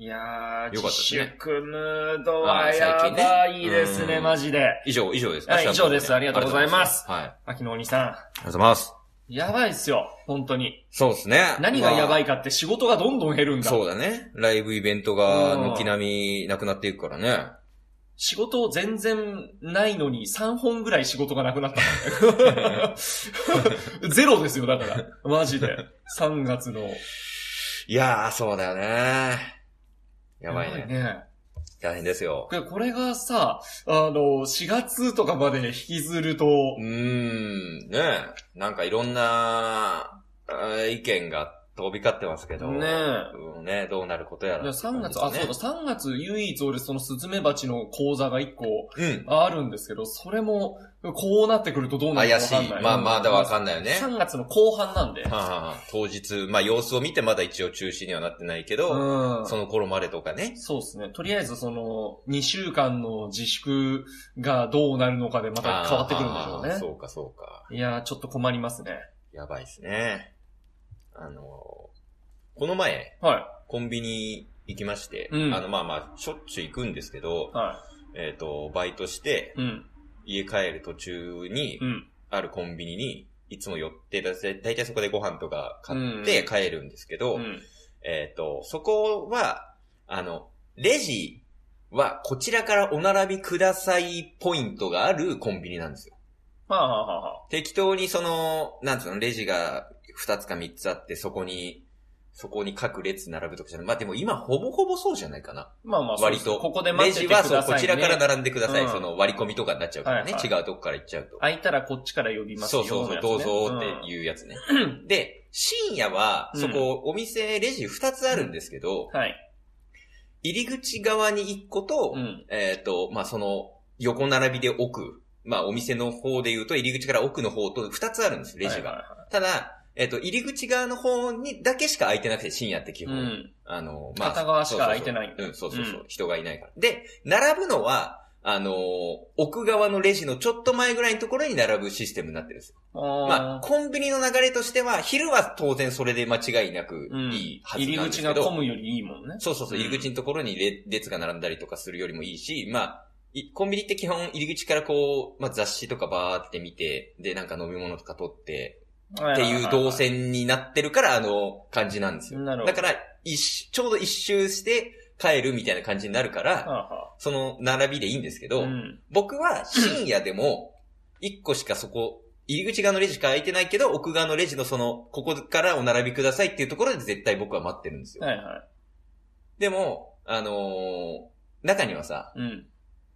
[SPEAKER 1] いや
[SPEAKER 3] よかった
[SPEAKER 1] ー、
[SPEAKER 3] ですね
[SPEAKER 1] 自粛ムードはやばいですね、
[SPEAKER 3] うん
[SPEAKER 1] マジで。
[SPEAKER 3] 以上、以上です。
[SPEAKER 1] はい
[SPEAKER 3] 明日の
[SPEAKER 1] 以上ですありがとうございます
[SPEAKER 3] はい。ありが
[SPEAKER 1] 秋の鬼さ
[SPEAKER 3] とうございます。
[SPEAKER 1] ん。やばいっすよ、本当に。
[SPEAKER 3] そうですね。
[SPEAKER 1] 何がやば
[SPEAKER 3] い
[SPEAKER 1] いかって仕事がどんどん減るんだ。
[SPEAKER 3] そうだね。ライブイベントが軒並みなくなっていくからね。
[SPEAKER 1] 仕事全然ないのに3本ぐらい仕事がな くなったもんね。ゼロですよ、だから。マジで。3月の。
[SPEAKER 3] いやー、そうだよね。やばいね。
[SPEAKER 1] ね。
[SPEAKER 3] 大変ですよ。
[SPEAKER 1] でこれがさ、あの、4月とかまで引きずると
[SPEAKER 3] う、ーん、ねえ。なんかいろんな、あー意見が飛び交ってますけど。
[SPEAKER 1] ねえ
[SPEAKER 3] うんねどうなることやら。
[SPEAKER 1] 3月、あ、そうだ、3月唯一俺そのスズメバチの講座が1個
[SPEAKER 3] うん。
[SPEAKER 1] あるんですけど、それも、こうなってくるとどうなるか
[SPEAKER 3] 怪
[SPEAKER 1] わ
[SPEAKER 3] し
[SPEAKER 1] かんない
[SPEAKER 3] い。。まあ、まだわかんないよね。は
[SPEAKER 1] 3月の後半なんで。
[SPEAKER 3] あはあ当日、まあ様子を見てまだ一応中止にはなってないけど、
[SPEAKER 1] うん。
[SPEAKER 3] その頃までとかね。
[SPEAKER 1] そうですね。とりあえずその、2週間の自粛がどうなるのかでまた変わってくるんでしょう
[SPEAKER 3] あー
[SPEAKER 1] ね。
[SPEAKER 3] そうか、そうか。
[SPEAKER 1] いやー、ちょっと困りますね。
[SPEAKER 3] やばいですね。あの、この前、
[SPEAKER 1] は
[SPEAKER 3] コンビニ行きまして、
[SPEAKER 1] うん
[SPEAKER 3] あの、まあまあ、しょっちゅう行くんですけど
[SPEAKER 1] い。、は
[SPEAKER 3] えっ、と、バイトして
[SPEAKER 1] い。、うん。
[SPEAKER 3] 家帰る途中に
[SPEAKER 1] う、ん。
[SPEAKER 3] あるコンビニに、いつも寄って、だいたいそこでご飯とか買っ
[SPEAKER 1] う
[SPEAKER 3] て
[SPEAKER 1] ん
[SPEAKER 3] 帰るんですけど、
[SPEAKER 1] うん。
[SPEAKER 3] えっ、と、そこは、あの、レジはこちらからお並びくださいポイントがあるコンビニなんですよ。
[SPEAKER 1] はあ、はあはあは
[SPEAKER 3] 適当にその、なんつうの、レジが2つか3つあって、そこに、そこに各列並ぶとかじゃない。まあでも今ほぼほぼそうじゃないかな。
[SPEAKER 1] あ、まあまあ、
[SPEAKER 3] 割と。
[SPEAKER 1] ここで待っててください、
[SPEAKER 3] レジ
[SPEAKER 1] ね。
[SPEAKER 3] はそう、こちらから並んでください。
[SPEAKER 1] うん
[SPEAKER 3] その割り込みとかになっちゃうからね。
[SPEAKER 1] は
[SPEAKER 3] 違
[SPEAKER 1] い
[SPEAKER 3] うとこから行っちゃうと。
[SPEAKER 1] 空いたらこっちから呼びます
[SPEAKER 3] そ
[SPEAKER 1] よ、
[SPEAKER 3] うそうそう、
[SPEAKER 1] のやつね
[SPEAKER 3] どうぞっていうやつね。で、深夜は、
[SPEAKER 1] うん
[SPEAKER 3] そこ、お店、レジ2つあるんですけど、
[SPEAKER 1] うんはい。
[SPEAKER 3] 入り口側に1個と、
[SPEAKER 1] うん。
[SPEAKER 3] えっ、と、まあ、その、横並びで奥。まあ、お店の方で言うと、入り口から奥の方と2つあるんです、レジが。
[SPEAKER 1] はい
[SPEAKER 3] ただ、えっ、と、入り口側の方にだけしか空いてなくて、深夜って基
[SPEAKER 1] はい
[SPEAKER 3] 本。
[SPEAKER 1] はい。うん。
[SPEAKER 3] あの、
[SPEAKER 1] 片側しか空いてないんだ
[SPEAKER 3] そうそうそううん、そうそうそう、
[SPEAKER 1] う
[SPEAKER 3] 人がいないから。で、並ぶのは、あのー奥側のレジのちょっと前ぐらいのところに並ぶシステムになってるんです。まあ、
[SPEAKER 1] あ
[SPEAKER 3] コンビニの流れとしては、昼は当然それで間違いなく
[SPEAKER 1] ー、
[SPEAKER 3] いいは
[SPEAKER 1] うん
[SPEAKER 3] ず
[SPEAKER 1] 入
[SPEAKER 3] なん
[SPEAKER 1] り
[SPEAKER 3] ですけ
[SPEAKER 1] 口が
[SPEAKER 3] ど、
[SPEAKER 1] 混むよりいいもんね。
[SPEAKER 3] そうそうそう、
[SPEAKER 1] うん
[SPEAKER 3] 入り口のところにれ列が並んだりとかするよりもいいし、まあ、いコンビニって基本入り口からこう、まあ雑誌とかバーって見て、でなんか飲み物とか取って、
[SPEAKER 1] っ
[SPEAKER 3] っていう動。線になってるからあの感じなんですよ。
[SPEAKER 1] なるほ
[SPEAKER 3] だ
[SPEAKER 1] ど。
[SPEAKER 3] から、一周、ちょうど一周して帰るみたいな感じになるから、
[SPEAKER 1] はあはあ
[SPEAKER 3] その並びでいいんですけど、
[SPEAKER 1] うん
[SPEAKER 3] 僕は深夜でも、一個しかそこ、入り口側のレジしか空いてないけど、奥側のレジのその、ここからお並びくださいっていうところで絶対僕は待ってるんですよ。
[SPEAKER 1] はいはい。
[SPEAKER 3] でも、あのー中にはさ、
[SPEAKER 1] うん。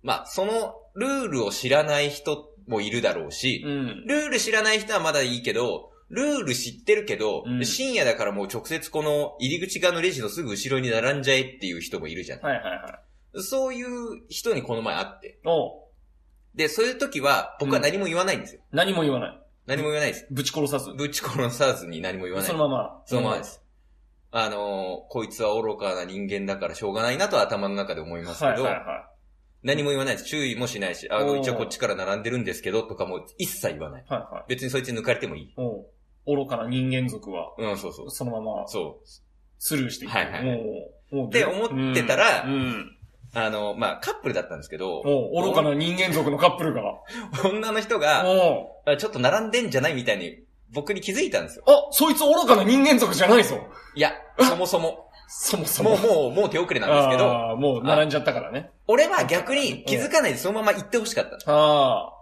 [SPEAKER 3] まあ、そのルールを知らない人もいるだろうし、
[SPEAKER 1] うん。
[SPEAKER 3] ルール知らない人はまだいいけど、ルール知ってるけど、
[SPEAKER 1] うん
[SPEAKER 3] 深夜だからもう直接この入り口側のレジのすぐ後ろに並んじゃえっていう人もいるじゃん。
[SPEAKER 1] はいはいはい。
[SPEAKER 3] そういう人にこの前会って。
[SPEAKER 1] おう
[SPEAKER 3] で、そういう時は僕は何も言わないんですよ。
[SPEAKER 1] 何も言わない。
[SPEAKER 3] 何も言わないです。
[SPEAKER 1] ぶち殺さず。
[SPEAKER 3] ぶち殺さずに何も言わない。
[SPEAKER 1] そのまま。
[SPEAKER 3] そのままで。す。あのーこいつは愚かな人間だからしょうがないなと頭の中で思います
[SPEAKER 1] は
[SPEAKER 3] け
[SPEAKER 1] い
[SPEAKER 3] ど、
[SPEAKER 1] はいは
[SPEAKER 3] 何も言わないです。注意もしないし、あの、
[SPEAKER 1] おー
[SPEAKER 3] 一応こっちから並んでるんですけどとかも一切言わない。
[SPEAKER 1] い。はいはい。
[SPEAKER 3] 別にそいつ抜かれてもいい。
[SPEAKER 1] おう愚かな人間族は、
[SPEAKER 3] うん、そうそう。
[SPEAKER 1] そのまま
[SPEAKER 3] そ
[SPEAKER 1] スルーしていく。
[SPEAKER 3] はいはいはい
[SPEAKER 1] おうおう
[SPEAKER 3] って思ってたら
[SPEAKER 1] うんうん
[SPEAKER 3] う。あの、まあ、カップルだったんですけど、
[SPEAKER 1] おう愚かな人間族のカップルが。
[SPEAKER 3] 女の人が、
[SPEAKER 1] おう
[SPEAKER 3] あちょっと並んでんじゃないみたいに、僕に気づいたんですよ。
[SPEAKER 1] あ、そいつ愚かな人間族じゃないぞ。
[SPEAKER 3] いや、そもそも。
[SPEAKER 1] そもそ
[SPEAKER 3] も
[SPEAKER 1] も。
[SPEAKER 3] う、もう、もう手遅れなんですけど、
[SPEAKER 1] あーもう並んじゃったからね。
[SPEAKER 3] 俺は逆に気づかないでそのまま行ってほしかったっ
[SPEAKER 1] ああ。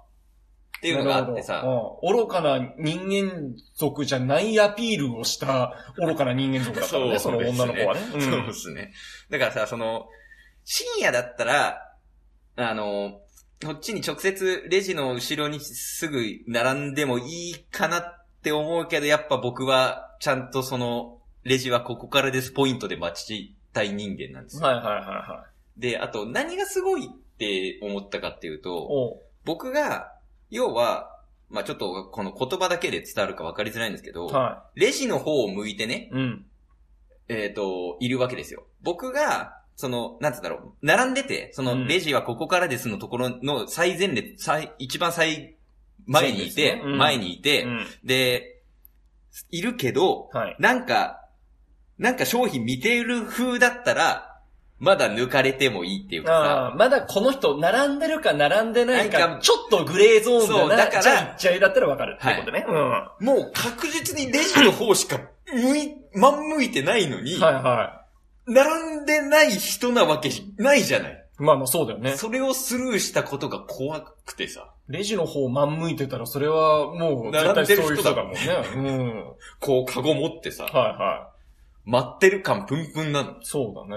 [SPEAKER 3] ていうのがあってさ
[SPEAKER 1] な、るほどうん愚かな人間族じゃないアピールをした愚かな人間族だったの ね、
[SPEAKER 3] そ
[SPEAKER 1] そうの
[SPEAKER 3] ですね
[SPEAKER 1] 女の子はね。う ん
[SPEAKER 3] そうですね。だからさ、その、深夜だったら、あの、こっちに直接レジの後ろにすぐ並んでもいいかなって思うけど、やっぱ僕はちゃんとその、レジはここからですポイントで待ちたい人間なんですよ。
[SPEAKER 1] はいはいはいはい。
[SPEAKER 3] で、あと何がすごいって思ったかっていうと、
[SPEAKER 1] おう
[SPEAKER 3] 僕が、要は、まあちょっとこの言葉だけで伝わるか分かりづらいんですけど、
[SPEAKER 1] は
[SPEAKER 3] レジの方を向いてね、
[SPEAKER 1] い。うん。
[SPEAKER 3] えっ、と、いるわけですよ。僕が、その、なんつうんだろう、並んでて、そうの、
[SPEAKER 1] ん
[SPEAKER 3] レジはここからですのところの最前列、最、一番最、前にい
[SPEAKER 1] そう
[SPEAKER 3] て、
[SPEAKER 1] ですねうん
[SPEAKER 3] 前にいて、
[SPEAKER 1] うん
[SPEAKER 3] で、いるけど、
[SPEAKER 1] はい。
[SPEAKER 3] なんか、なんか商品見てる風だったら、まだ抜かれてもいいっていうかさ、
[SPEAKER 1] ああ、まだこの人、並んでるか並んでない
[SPEAKER 3] なん
[SPEAKER 1] か
[SPEAKER 3] か、
[SPEAKER 1] ちょっとグレーゾーン
[SPEAKER 3] そう
[SPEAKER 1] だな。
[SPEAKER 3] だから
[SPEAKER 1] じゃあ、じゃあだったらわかるってことね。は
[SPEAKER 3] もう確実にレジの方しか、向 い、まん向いてないのに、
[SPEAKER 1] いは
[SPEAKER 3] 並んでない人なわけないじゃない。
[SPEAKER 1] い。まあまあそうだよね。
[SPEAKER 3] それをスルーしたことが怖くてさ。
[SPEAKER 1] レジの方真ん向いてたら、それはもう、
[SPEAKER 3] 並んでる
[SPEAKER 1] そういう
[SPEAKER 3] 人だ
[SPEAKER 1] 人だもんね。うん。は
[SPEAKER 3] こう、カゴ持って
[SPEAKER 1] い
[SPEAKER 3] さ、
[SPEAKER 1] は
[SPEAKER 3] 待ってる感プンプンなの。
[SPEAKER 1] い。そうだね。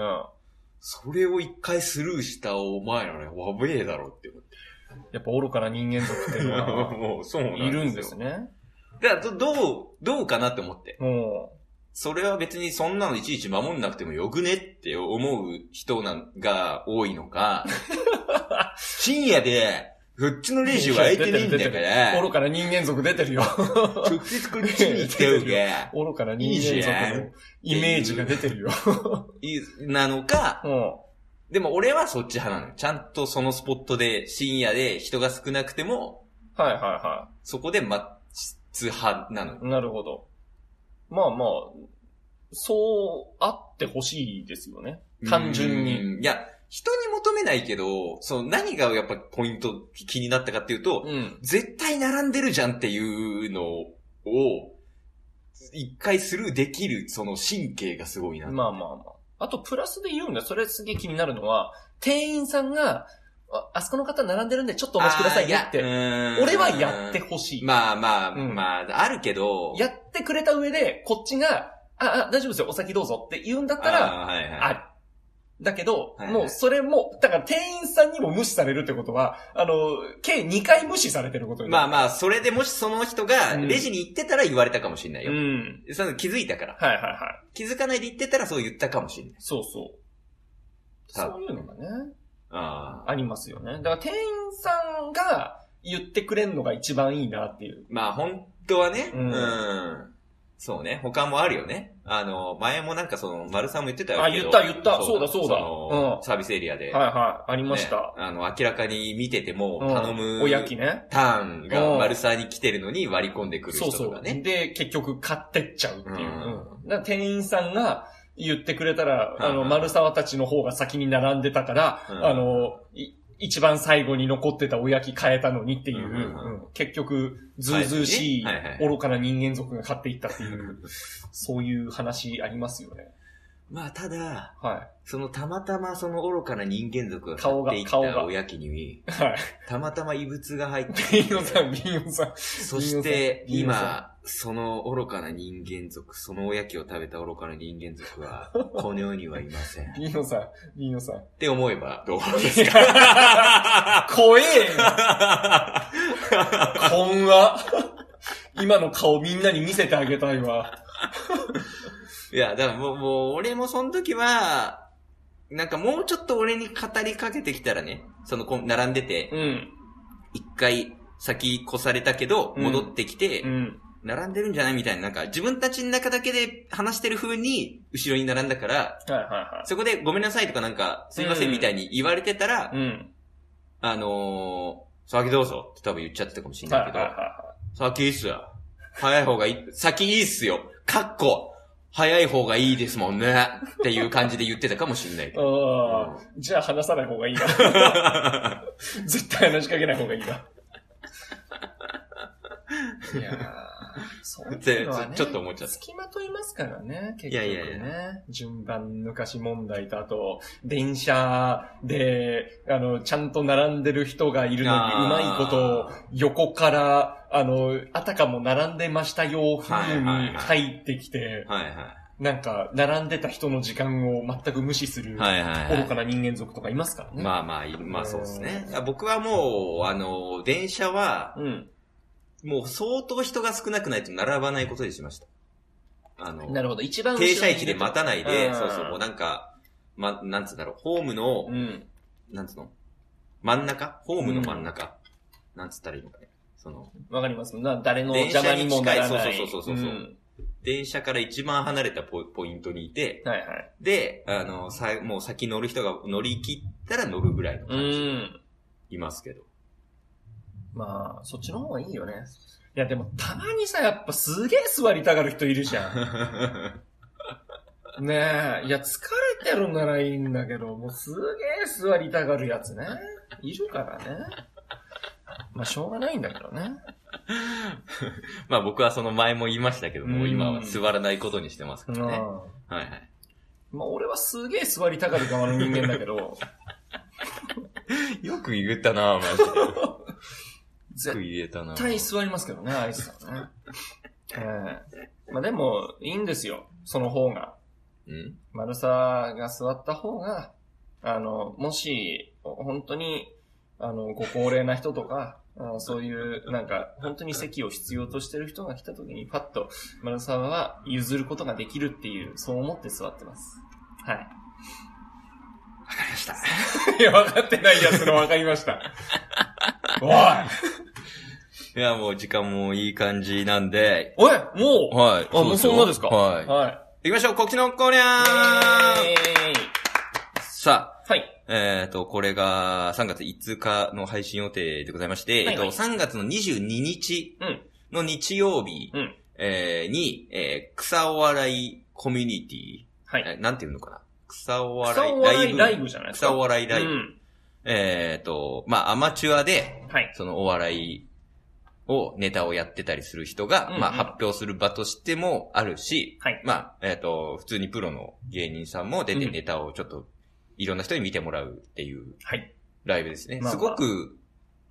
[SPEAKER 3] それを一回スルーしたお前らね、わべえだろって思って。
[SPEAKER 1] やっぱ愚かな人間族っていうのは、
[SPEAKER 3] もう、そうなんですよ
[SPEAKER 1] いるんです。ね。
[SPEAKER 3] だからど、どう、どうかなって思って。
[SPEAKER 1] うん。
[SPEAKER 3] それは別にそんなのいちいち守んなくてもよくねって思う人なんが多いの か、深夜で、こっちのレジは空いてねえんだか
[SPEAKER 1] 愚かな人間族出てるよ。
[SPEAKER 3] ら、直接こっちに行った方が、
[SPEAKER 1] 愚かな人間族のイメージが出てるよ。
[SPEAKER 3] いいなのか、
[SPEAKER 1] うん。
[SPEAKER 3] でも俺はそっち派なのよ。ちゃんとそのスポットで、深夜で人が少なくても、
[SPEAKER 1] はいはいはい。
[SPEAKER 3] そこで待つ派なのよ。
[SPEAKER 1] なるほど。まあまあ、そうあってほしいですよね。単純に。
[SPEAKER 3] うん。いや、人に求めないけど、その何がやっぱポイント気になったかっていうと、
[SPEAKER 1] うん。
[SPEAKER 3] 絶対並んでるじゃんっていうのを、一回スルーできる、その神経がすごいな。
[SPEAKER 1] まあまあまあ。あと、プラスで言うんだ、それすげえ気になるのは、店員さんが、ああそこの方並んでるんでちょっとお待ちくださいねって、俺
[SPEAKER 3] 俺
[SPEAKER 1] はやってほしい。
[SPEAKER 3] まあまあ、
[SPEAKER 1] うん
[SPEAKER 3] まあ、あるけど。
[SPEAKER 1] やってくれた上で、こっちが、あ、あ、大丈夫ですよ、お先どうぞって言うんだったら、
[SPEAKER 3] あーはいはい
[SPEAKER 1] あり。だけど、
[SPEAKER 3] はいはい
[SPEAKER 1] もうそれも、だから店員さんにも無視されるってことは、あの、計2回無視されてることに
[SPEAKER 3] ま
[SPEAKER 1] な
[SPEAKER 3] あ
[SPEAKER 1] る。
[SPEAKER 3] まあ、それでもしその人が、
[SPEAKER 1] うん
[SPEAKER 3] レジに行ってたら言われたかもしれないうよ。
[SPEAKER 1] ん。
[SPEAKER 3] その気づいたから。
[SPEAKER 1] はいはいはい。
[SPEAKER 3] 気づかないで行ってたらそう言ったかもしれない。
[SPEAKER 1] そうそう。
[SPEAKER 3] さ
[SPEAKER 1] そういうのがね、
[SPEAKER 3] ああ。
[SPEAKER 1] ありますよね。だから店員さんが言ってくれるのが一番いいなっていう。
[SPEAKER 3] まあ、本当はね、
[SPEAKER 1] う
[SPEAKER 3] うんん。そうね、他もあるよね。あの、前もなんかその、丸さんも言ってたけど
[SPEAKER 1] あ言った言ったそうだそうだ
[SPEAKER 3] の
[SPEAKER 1] うん
[SPEAKER 3] サービスエリアで。
[SPEAKER 1] はいはい、あり
[SPEAKER 3] い
[SPEAKER 1] ました。
[SPEAKER 3] あの、明らかに見てても、
[SPEAKER 1] うん
[SPEAKER 3] 頼む。
[SPEAKER 1] おやきね。
[SPEAKER 3] ターンが
[SPEAKER 1] うん
[SPEAKER 3] 丸さんに来てるのに割り込んでくる
[SPEAKER 1] そ
[SPEAKER 3] 人
[SPEAKER 1] うそ
[SPEAKER 3] とか
[SPEAKER 1] う。
[SPEAKER 3] ね。
[SPEAKER 1] で、結局買ってっちゃうっていう。う
[SPEAKER 3] うんん
[SPEAKER 1] だから店員さんが言ってくれたら、あ
[SPEAKER 3] うん
[SPEAKER 1] の、
[SPEAKER 3] うん
[SPEAKER 1] 丸沢たちの方が先に並んでたから、
[SPEAKER 3] うん
[SPEAKER 1] あの、い一番最後に残ってたおやき買えたのにっていう、
[SPEAKER 3] うんうんう
[SPEAKER 1] うん結局、ずうずうしい、
[SPEAKER 3] はいはい
[SPEAKER 1] 愚かな人間族が買っていったっていう、そういう話ありますよね。
[SPEAKER 3] まあ、ただ、
[SPEAKER 1] は
[SPEAKER 3] そのたまたまその愚かな人間族が買
[SPEAKER 1] 顔が
[SPEAKER 3] っていっ
[SPEAKER 1] 顔が
[SPEAKER 3] たおやきに、
[SPEAKER 1] い。はい。
[SPEAKER 3] たまたま異物が入って
[SPEAKER 1] ビンヨさん、ビンヨさん。
[SPEAKER 3] そして、
[SPEAKER 1] ビール
[SPEAKER 3] 今、
[SPEAKER 1] さ
[SPEAKER 3] その愚かな人間族、そのおやきを食べた愚かな人間族 は、この世にはいません。っ
[SPEAKER 1] ビンヨさん、ビンヨさん。
[SPEAKER 3] て思えば、どうですか
[SPEAKER 1] 怖えよこんわ。今の顔みんなに見せてあげたいわ。
[SPEAKER 3] いや、だからもう、もう俺もその時は、なんかもうちょっと俺に語りかけてきたらね、その、こう並んでて、
[SPEAKER 1] ん。
[SPEAKER 3] 一回先越されたけど、
[SPEAKER 1] うん
[SPEAKER 3] 戻ってきて、
[SPEAKER 1] うん。
[SPEAKER 3] 並んでるんじゃないみたいな、なんか自分たちの中だけで話してる風に、後ろに並んだから、
[SPEAKER 1] はいはいは
[SPEAKER 3] そこでごめんなさいとかなんか、すいませ
[SPEAKER 1] うん
[SPEAKER 3] んみたいに言われてたら、
[SPEAKER 1] い。うん。
[SPEAKER 3] あのー、先どうぞって多分言っちゃってたかもしれ
[SPEAKER 1] はい
[SPEAKER 3] ない
[SPEAKER 1] はい
[SPEAKER 3] けど、
[SPEAKER 1] は
[SPEAKER 3] 先いいっすよ。早い方がいい、先いいっすよ。かっこ、早い方がいいですもんね。っていう感じで言ってたかもしれないけ
[SPEAKER 1] い。
[SPEAKER 3] ど。
[SPEAKER 1] ああ、じゃあ話さない方がい いな。絶対話しかけない方がいいな。いやーそういうのはね
[SPEAKER 3] ちょっと思っちゃった
[SPEAKER 1] 隙間と言いますからね、結局ね。
[SPEAKER 3] いやいやい
[SPEAKER 1] 順番抜かし問題と、あと、電車で、あの、ちゃんと並んでる人がいるのに、う
[SPEAKER 3] あー
[SPEAKER 1] まいこと、横から、あの、あたかも並んでましたよ、風
[SPEAKER 3] はいはい
[SPEAKER 1] に
[SPEAKER 3] はい
[SPEAKER 1] 入ってきて、
[SPEAKER 3] はいはい。
[SPEAKER 1] なんか、並んでた人の時間を全く無視する、
[SPEAKER 3] はいはい、
[SPEAKER 1] 愚
[SPEAKER 3] は
[SPEAKER 1] かな人間族とかいますから
[SPEAKER 3] い。
[SPEAKER 1] ね。
[SPEAKER 3] まあまあ、いまあそうですね。いや僕はもう、あのー、電車は、
[SPEAKER 1] うん。
[SPEAKER 3] もう相当人が少なくないと並ばないことにしました。あのー、
[SPEAKER 1] なるほど。一番後ろ
[SPEAKER 3] 停
[SPEAKER 1] にいると
[SPEAKER 3] 車位置で待たないで、
[SPEAKER 1] うん
[SPEAKER 3] そうそう、もうなんか、ま、なんつうんだろう、ホームの、
[SPEAKER 1] うん。
[SPEAKER 3] なんつうの真ん中ホームの真ん中、なんつったらいいのかね。その、
[SPEAKER 1] わかります。な、誰の邪魔にもならない。
[SPEAKER 3] 電車に近いそうそうそうそうそうん電車から一番離れたポポイントにいて、
[SPEAKER 1] はいはい。
[SPEAKER 3] で、あの、さ、もう先乗る人が乗り切ったら乗るぐらいの
[SPEAKER 1] う
[SPEAKER 3] 感じ、
[SPEAKER 1] ん。
[SPEAKER 3] いますけど。
[SPEAKER 1] まあ、そっちの方がいいよね。いや、でも、たまにさ、やっぱすげえ座りたがる人いるじゃ ん。ねえ。いや、疲れてるならいいんだけど、もうすげえ座りたがるやつね。いるからね。まあ、しょうがないんだけどね。
[SPEAKER 3] まあ僕はその前も言いましたけど、もう今は座らないことにしてますか
[SPEAKER 1] う
[SPEAKER 3] ら
[SPEAKER 1] ん。
[SPEAKER 3] ね。はいはい。
[SPEAKER 1] まあ、俺はすげえ座りたがる側の人間だ けど、
[SPEAKER 3] よく言えたなぁ、マジで。よく
[SPEAKER 1] 絶
[SPEAKER 3] 言えたなぁ
[SPEAKER 1] 対座りますけどね、アイスさんね。ええまあ、でも、いいんですよ。その方が。
[SPEAKER 3] うん
[SPEAKER 1] 丸沢が座った方が、あの、もし、お本当に、あの、ご高齢な人とか、あそういう、なんか、本当に席を必要としてる人が来た時に、パッと、丸沢は譲ることができるっていう、そう思って座ってます。はい。
[SPEAKER 3] わかりました。
[SPEAKER 1] いや、分かってないやつの分かりま した。おい
[SPEAKER 3] いや、もう時間もいい感じなんで。
[SPEAKER 1] おいも
[SPEAKER 3] はい。
[SPEAKER 1] あもうそんなですか
[SPEAKER 3] はい。
[SPEAKER 1] うは
[SPEAKER 3] 行きましょう、告知のコーナ
[SPEAKER 1] い。
[SPEAKER 3] ー
[SPEAKER 1] イエーイ
[SPEAKER 3] さあ、
[SPEAKER 1] はい。
[SPEAKER 3] えっ、と、これが3月5日の配信予定でございまして、
[SPEAKER 1] はいはい
[SPEAKER 3] えっと、3月の22日
[SPEAKER 1] うん
[SPEAKER 3] の日曜日、
[SPEAKER 1] うん
[SPEAKER 3] えーに、えー草お笑いコミュニティ、
[SPEAKER 1] はい。
[SPEAKER 3] えなんていうのかな草お
[SPEAKER 1] 草
[SPEAKER 3] 笑
[SPEAKER 1] お
[SPEAKER 3] いライ
[SPEAKER 1] 笑い
[SPEAKER 3] ブ。
[SPEAKER 1] ライブじゃないですか。
[SPEAKER 3] 草お笑いライブ。
[SPEAKER 1] うん。
[SPEAKER 3] えっ、と、まあ、アマチュアで、
[SPEAKER 1] はい。
[SPEAKER 3] そのお笑いを、ネタをやってたりする人が、
[SPEAKER 1] うんうん
[SPEAKER 3] まあ、発表する場としてもあるし、
[SPEAKER 1] はい
[SPEAKER 3] まあ、えっ、と、普通にプロの芸人さんも出て
[SPEAKER 1] うん
[SPEAKER 3] ネタをちょっと、いろんな人に見てもらうっていう
[SPEAKER 1] はい
[SPEAKER 3] ライブですね。
[SPEAKER 1] まあ
[SPEAKER 3] すごく、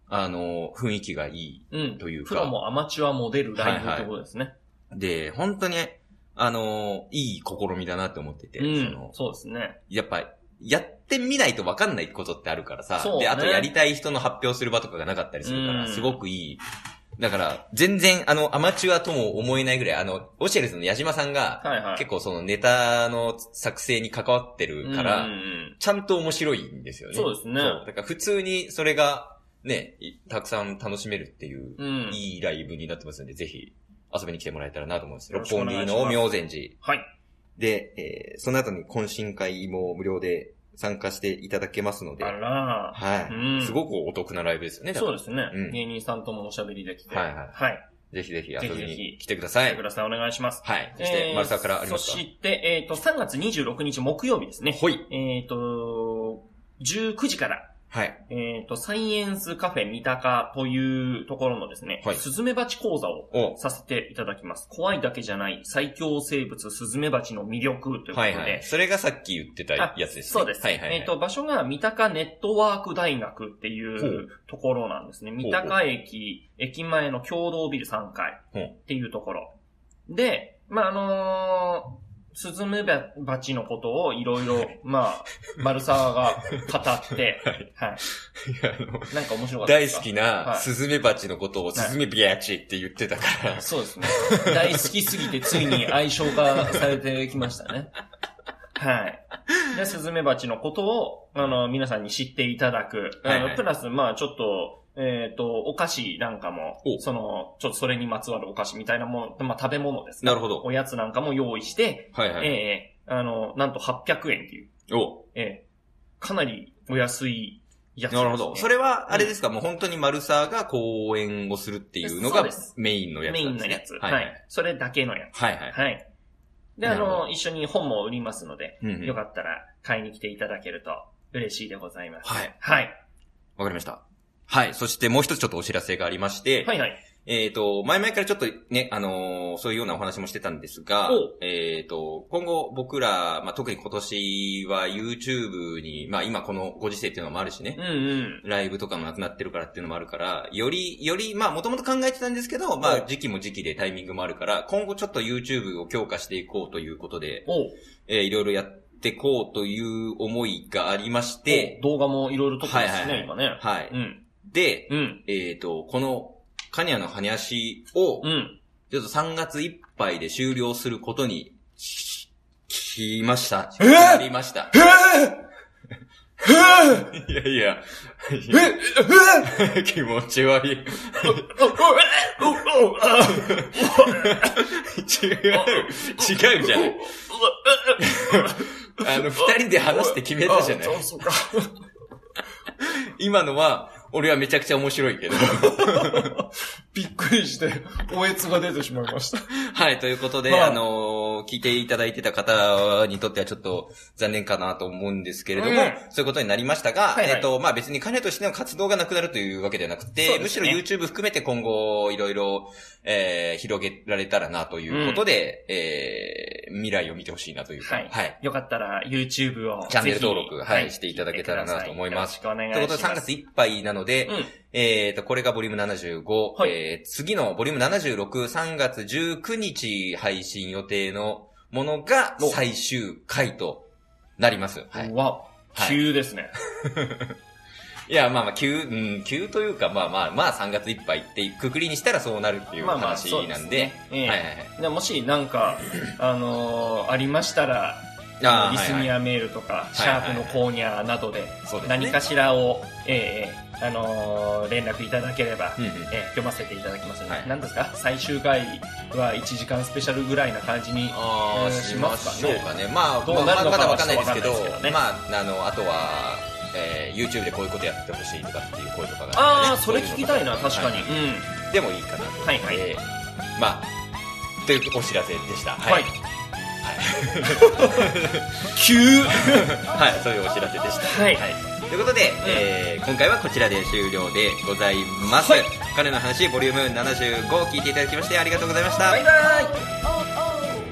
[SPEAKER 3] あの、雰囲気がいい
[SPEAKER 1] うん。
[SPEAKER 3] という
[SPEAKER 1] プロ
[SPEAKER 3] か、
[SPEAKER 1] もアマチュアも出るライブってことですね。
[SPEAKER 3] で、本当に、あの、いい試みだなって思ってて、そ
[SPEAKER 1] うん
[SPEAKER 3] の。
[SPEAKER 1] そうですね。
[SPEAKER 3] やっぱ、やってみないと分かんないことってあるからさ、
[SPEAKER 1] そうね
[SPEAKER 3] で、あとやりたい人の発表する場とかがなかったりするから、
[SPEAKER 1] うん
[SPEAKER 3] すごくいい。だから、全然、あの、アマチュアとも思えないぐらい、あの、オシェルズの矢島さんが、
[SPEAKER 1] はいはい。
[SPEAKER 3] 結構そのネタの作成に関わってるから、
[SPEAKER 1] うんうん
[SPEAKER 3] ちゃんと面白いんですよね。
[SPEAKER 1] そうですね
[SPEAKER 3] そうだから普通にそれが、ね、いたくさん楽しめるっていう、
[SPEAKER 1] うん。うん。
[SPEAKER 3] いいライブになってますんで、ぜひ遊びに来てもらえたらなと思うんです。
[SPEAKER 1] よろ
[SPEAKER 3] 六
[SPEAKER 1] しくお
[SPEAKER 3] 本
[SPEAKER 1] 願いしま
[SPEAKER 3] 木
[SPEAKER 1] す
[SPEAKER 3] の明善寺。
[SPEAKER 1] はい。
[SPEAKER 3] で、えーその後に懇親会も無料で参加していただけますので、
[SPEAKER 1] あら
[SPEAKER 3] はい、
[SPEAKER 1] うん
[SPEAKER 3] すごくお得なライブですよね。だか
[SPEAKER 1] そう
[SPEAKER 3] ら
[SPEAKER 1] ですね
[SPEAKER 3] うん。
[SPEAKER 1] 芸人さんともおしゃべりできて。
[SPEAKER 3] はいはい
[SPEAKER 1] はい。
[SPEAKER 3] ぜひぜひ遊び
[SPEAKER 1] ぜひぜ
[SPEAKER 3] に
[SPEAKER 1] ひ
[SPEAKER 3] 来てくださ
[SPEAKER 1] 来
[SPEAKER 3] い
[SPEAKER 1] てく。ださい。お願いします。
[SPEAKER 3] はい。そして、
[SPEAKER 1] えー
[SPEAKER 3] 丸沢からあります
[SPEAKER 1] そ
[SPEAKER 3] か
[SPEAKER 1] して、えっと、3月26日木曜日ですね。
[SPEAKER 3] ほい。
[SPEAKER 1] えっと、19時から、
[SPEAKER 3] はい。
[SPEAKER 1] えっと、サイエンスカフェ三鷹というところのですね
[SPEAKER 3] はい、
[SPEAKER 1] スズメバチ講座を
[SPEAKER 3] お
[SPEAKER 1] させていただきます。怖いだけじゃない最強生物スズメバチの魅力ということで、
[SPEAKER 3] はいはい。それがさっき言ってたやつですね。
[SPEAKER 1] そうです。
[SPEAKER 3] はいはい、はい。
[SPEAKER 1] えっ、と、場所が三鷹ネットワーク大学っ
[SPEAKER 3] ほ
[SPEAKER 1] ていううところなんですね。三
[SPEAKER 3] ほうほ
[SPEAKER 1] 鷹駅、駅前の共同ビル3階
[SPEAKER 3] ほう
[SPEAKER 1] っていうところ。で、まあ、あのースズメバチのことをいろいろ、まあ、丸沢が語って、 はい
[SPEAKER 3] やあの
[SPEAKER 1] い。なんか面白かったで
[SPEAKER 3] 大
[SPEAKER 1] す
[SPEAKER 3] 好
[SPEAKER 1] か
[SPEAKER 3] きな
[SPEAKER 1] はい
[SPEAKER 3] スズメバチのことをスズメビアチって言ってたから、
[SPEAKER 1] そうですね。大好きすぎてついに愛称化されてきましたね。はい。で、スズメバチのことを、あの、皆さんに知っていただく。
[SPEAKER 3] はいはい
[SPEAKER 1] あのプラス、まあちょっと、えっ、と、お菓子なんかも
[SPEAKER 3] お、
[SPEAKER 1] その、ちょっとそれにまつわるお菓子みたいなもの、まあ食べ物ですね。
[SPEAKER 3] なるほど
[SPEAKER 1] おやつなんかも用意して、
[SPEAKER 3] はいはい。
[SPEAKER 1] ええあの、なんと800円っていう、
[SPEAKER 3] お
[SPEAKER 1] ええかなりお安いやつです、ね。
[SPEAKER 3] なるほど。それは、あれですか、もう本当に丸沢が講演をするっていうの
[SPEAKER 1] そ
[SPEAKER 3] が
[SPEAKER 1] うです
[SPEAKER 3] メインのやつ
[SPEAKER 1] メイ
[SPEAKER 3] なん
[SPEAKER 1] ン
[SPEAKER 3] で
[SPEAKER 1] の
[SPEAKER 3] す
[SPEAKER 1] や
[SPEAKER 3] ね
[SPEAKER 1] つ。。
[SPEAKER 3] はい
[SPEAKER 1] は
[SPEAKER 3] はい。
[SPEAKER 1] い。それだけのやつ。
[SPEAKER 3] はいはい。
[SPEAKER 1] はい。で、あ
[SPEAKER 3] なるほ
[SPEAKER 1] の、一緒に本も売りますので、
[SPEAKER 3] うんうん
[SPEAKER 1] よかったら買いに来ていただけると嬉しいでございます。
[SPEAKER 3] はい。
[SPEAKER 1] はい。
[SPEAKER 3] わかりました。はい。そしてもう一つちょっとお知らせがありまして、
[SPEAKER 1] はいはい。
[SPEAKER 3] えっ、と、前々からちょっとね、あのーそういうようなお話もしてたんですが
[SPEAKER 1] おう、
[SPEAKER 3] えっ、と、今後僕ら、まあ、特に今年は YouTube に、まあ、今このご時世っていうのもあるしね
[SPEAKER 1] う、んうん。
[SPEAKER 3] ライブとかもなくなってるからっていうのもあるから、より、より、まあもともと考えてたんですけど、まあ
[SPEAKER 1] うん
[SPEAKER 3] 時期も時期でタイミングもあるから、今後ちょっと YouTube を強化していこうということで、
[SPEAKER 1] おう
[SPEAKER 3] えーいろいろやっていこうという思いがありまし
[SPEAKER 1] で、
[SPEAKER 3] て、
[SPEAKER 1] 動画もいろいろ撮ってますね、
[SPEAKER 3] はいはいはい
[SPEAKER 1] 今ね。
[SPEAKER 3] はい。
[SPEAKER 1] うん。
[SPEAKER 3] で、
[SPEAKER 1] うん。
[SPEAKER 3] えっ、と、この、カニアの羽足を、
[SPEAKER 1] うん。
[SPEAKER 3] ちょっと3月いっぱいで終了することに、ししました。
[SPEAKER 1] えー
[SPEAKER 3] なりました。
[SPEAKER 1] へえ
[SPEAKER 3] いやいや、
[SPEAKER 1] ええ
[SPEAKER 3] 気持ち悪い。違う。違うじゃない。あの、二人で話して決めたじゃない。
[SPEAKER 1] そうか。
[SPEAKER 3] 今のは、俺はめちゃくちゃ面白いけど。
[SPEAKER 1] びっくりして、おえつが出てしまいました。
[SPEAKER 3] はい、ということで、
[SPEAKER 1] はい
[SPEAKER 3] あのー聞いていただいてた方にとってはちょっと残念かなと思うんですけれども、
[SPEAKER 1] うん
[SPEAKER 3] そういうことになりましたが、
[SPEAKER 1] はいはい
[SPEAKER 3] えっと、まあ、別に彼としての活動がなくなるというわけではなくて、
[SPEAKER 1] そう
[SPEAKER 3] む
[SPEAKER 1] で
[SPEAKER 3] し
[SPEAKER 1] す
[SPEAKER 3] ろ
[SPEAKER 1] ね
[SPEAKER 3] YouTube 含めて今後、いろいろ、えー、広げられたらなということで、えー、未来を見てほしいなというか、
[SPEAKER 1] はい。よかったら YouTube を。
[SPEAKER 3] チャンネル
[SPEAKER 1] ぜひ
[SPEAKER 3] 登録はいしていただけたらなと思います
[SPEAKER 1] 聞てくださいよ
[SPEAKER 3] という
[SPEAKER 1] ろしくお
[SPEAKER 3] ことで、3
[SPEAKER 1] 願いします。
[SPEAKER 3] 月いっぱいなので、
[SPEAKER 1] うん
[SPEAKER 3] えーと、これがボリューム75、
[SPEAKER 1] はい
[SPEAKER 3] えー次のボリューム76、3月19日配信予定のものが
[SPEAKER 1] お
[SPEAKER 3] 最終回となります。は
[SPEAKER 1] う
[SPEAKER 3] い。
[SPEAKER 1] わ、
[SPEAKER 3] はい
[SPEAKER 1] 急ですね。
[SPEAKER 3] いや、まあまあ、急、うん、急というか、まあまあ、まあ3月いっぱいって、くくりにしたらそうなるっていう
[SPEAKER 1] まあまあ
[SPEAKER 3] 話なんで、
[SPEAKER 1] そうですねええ
[SPEAKER 3] はいはいはい。
[SPEAKER 1] でもしな んか、あのーありましたら、
[SPEAKER 3] あー
[SPEAKER 1] リスニアメールとか、
[SPEAKER 3] い
[SPEAKER 1] シャープのコーニャーなどで、
[SPEAKER 3] そうですね。
[SPEAKER 1] 何かしらを、ええええあのー連絡いただければ、
[SPEAKER 3] うんうん。
[SPEAKER 1] ええ読ませていただきますので、
[SPEAKER 3] はい
[SPEAKER 1] 何ですか最終回は1時間スペシャルぐらいな感じに、
[SPEAKER 3] ああ、
[SPEAKER 1] えー
[SPEAKER 3] しましょうかね。まあ、
[SPEAKER 1] どう
[SPEAKER 3] ま
[SPEAKER 1] な
[SPEAKER 3] あ、
[SPEAKER 1] るの
[SPEAKER 3] ま
[SPEAKER 1] か
[SPEAKER 3] だわ
[SPEAKER 1] は
[SPEAKER 3] かんないですけど
[SPEAKER 1] ちょっとわかんないですけど、ね
[SPEAKER 3] まあ、あの、あとは、えー、YouTube でこういうことやってほしいとかっていう声とかがったらね、
[SPEAKER 1] ああ、それ聞きたいな、
[SPEAKER 3] そううの
[SPEAKER 1] 確
[SPEAKER 3] と
[SPEAKER 1] かに。
[SPEAKER 3] は
[SPEAKER 1] うん。
[SPEAKER 3] いでもいいかなと。
[SPEAKER 1] はいはい。
[SPEAKER 3] えーまあ、というお知らせでした。
[SPEAKER 1] は
[SPEAKER 3] はい い。。
[SPEAKER 1] 急
[SPEAKER 3] はい、そういうお知らせでした。
[SPEAKER 1] はい
[SPEAKER 3] ということで、えー今回はこちらで終了でございます。
[SPEAKER 1] はい
[SPEAKER 3] 彼の話、ボリューム75を聞いていただきましてありがとうございました。
[SPEAKER 1] バイバイ
[SPEAKER 5] 「お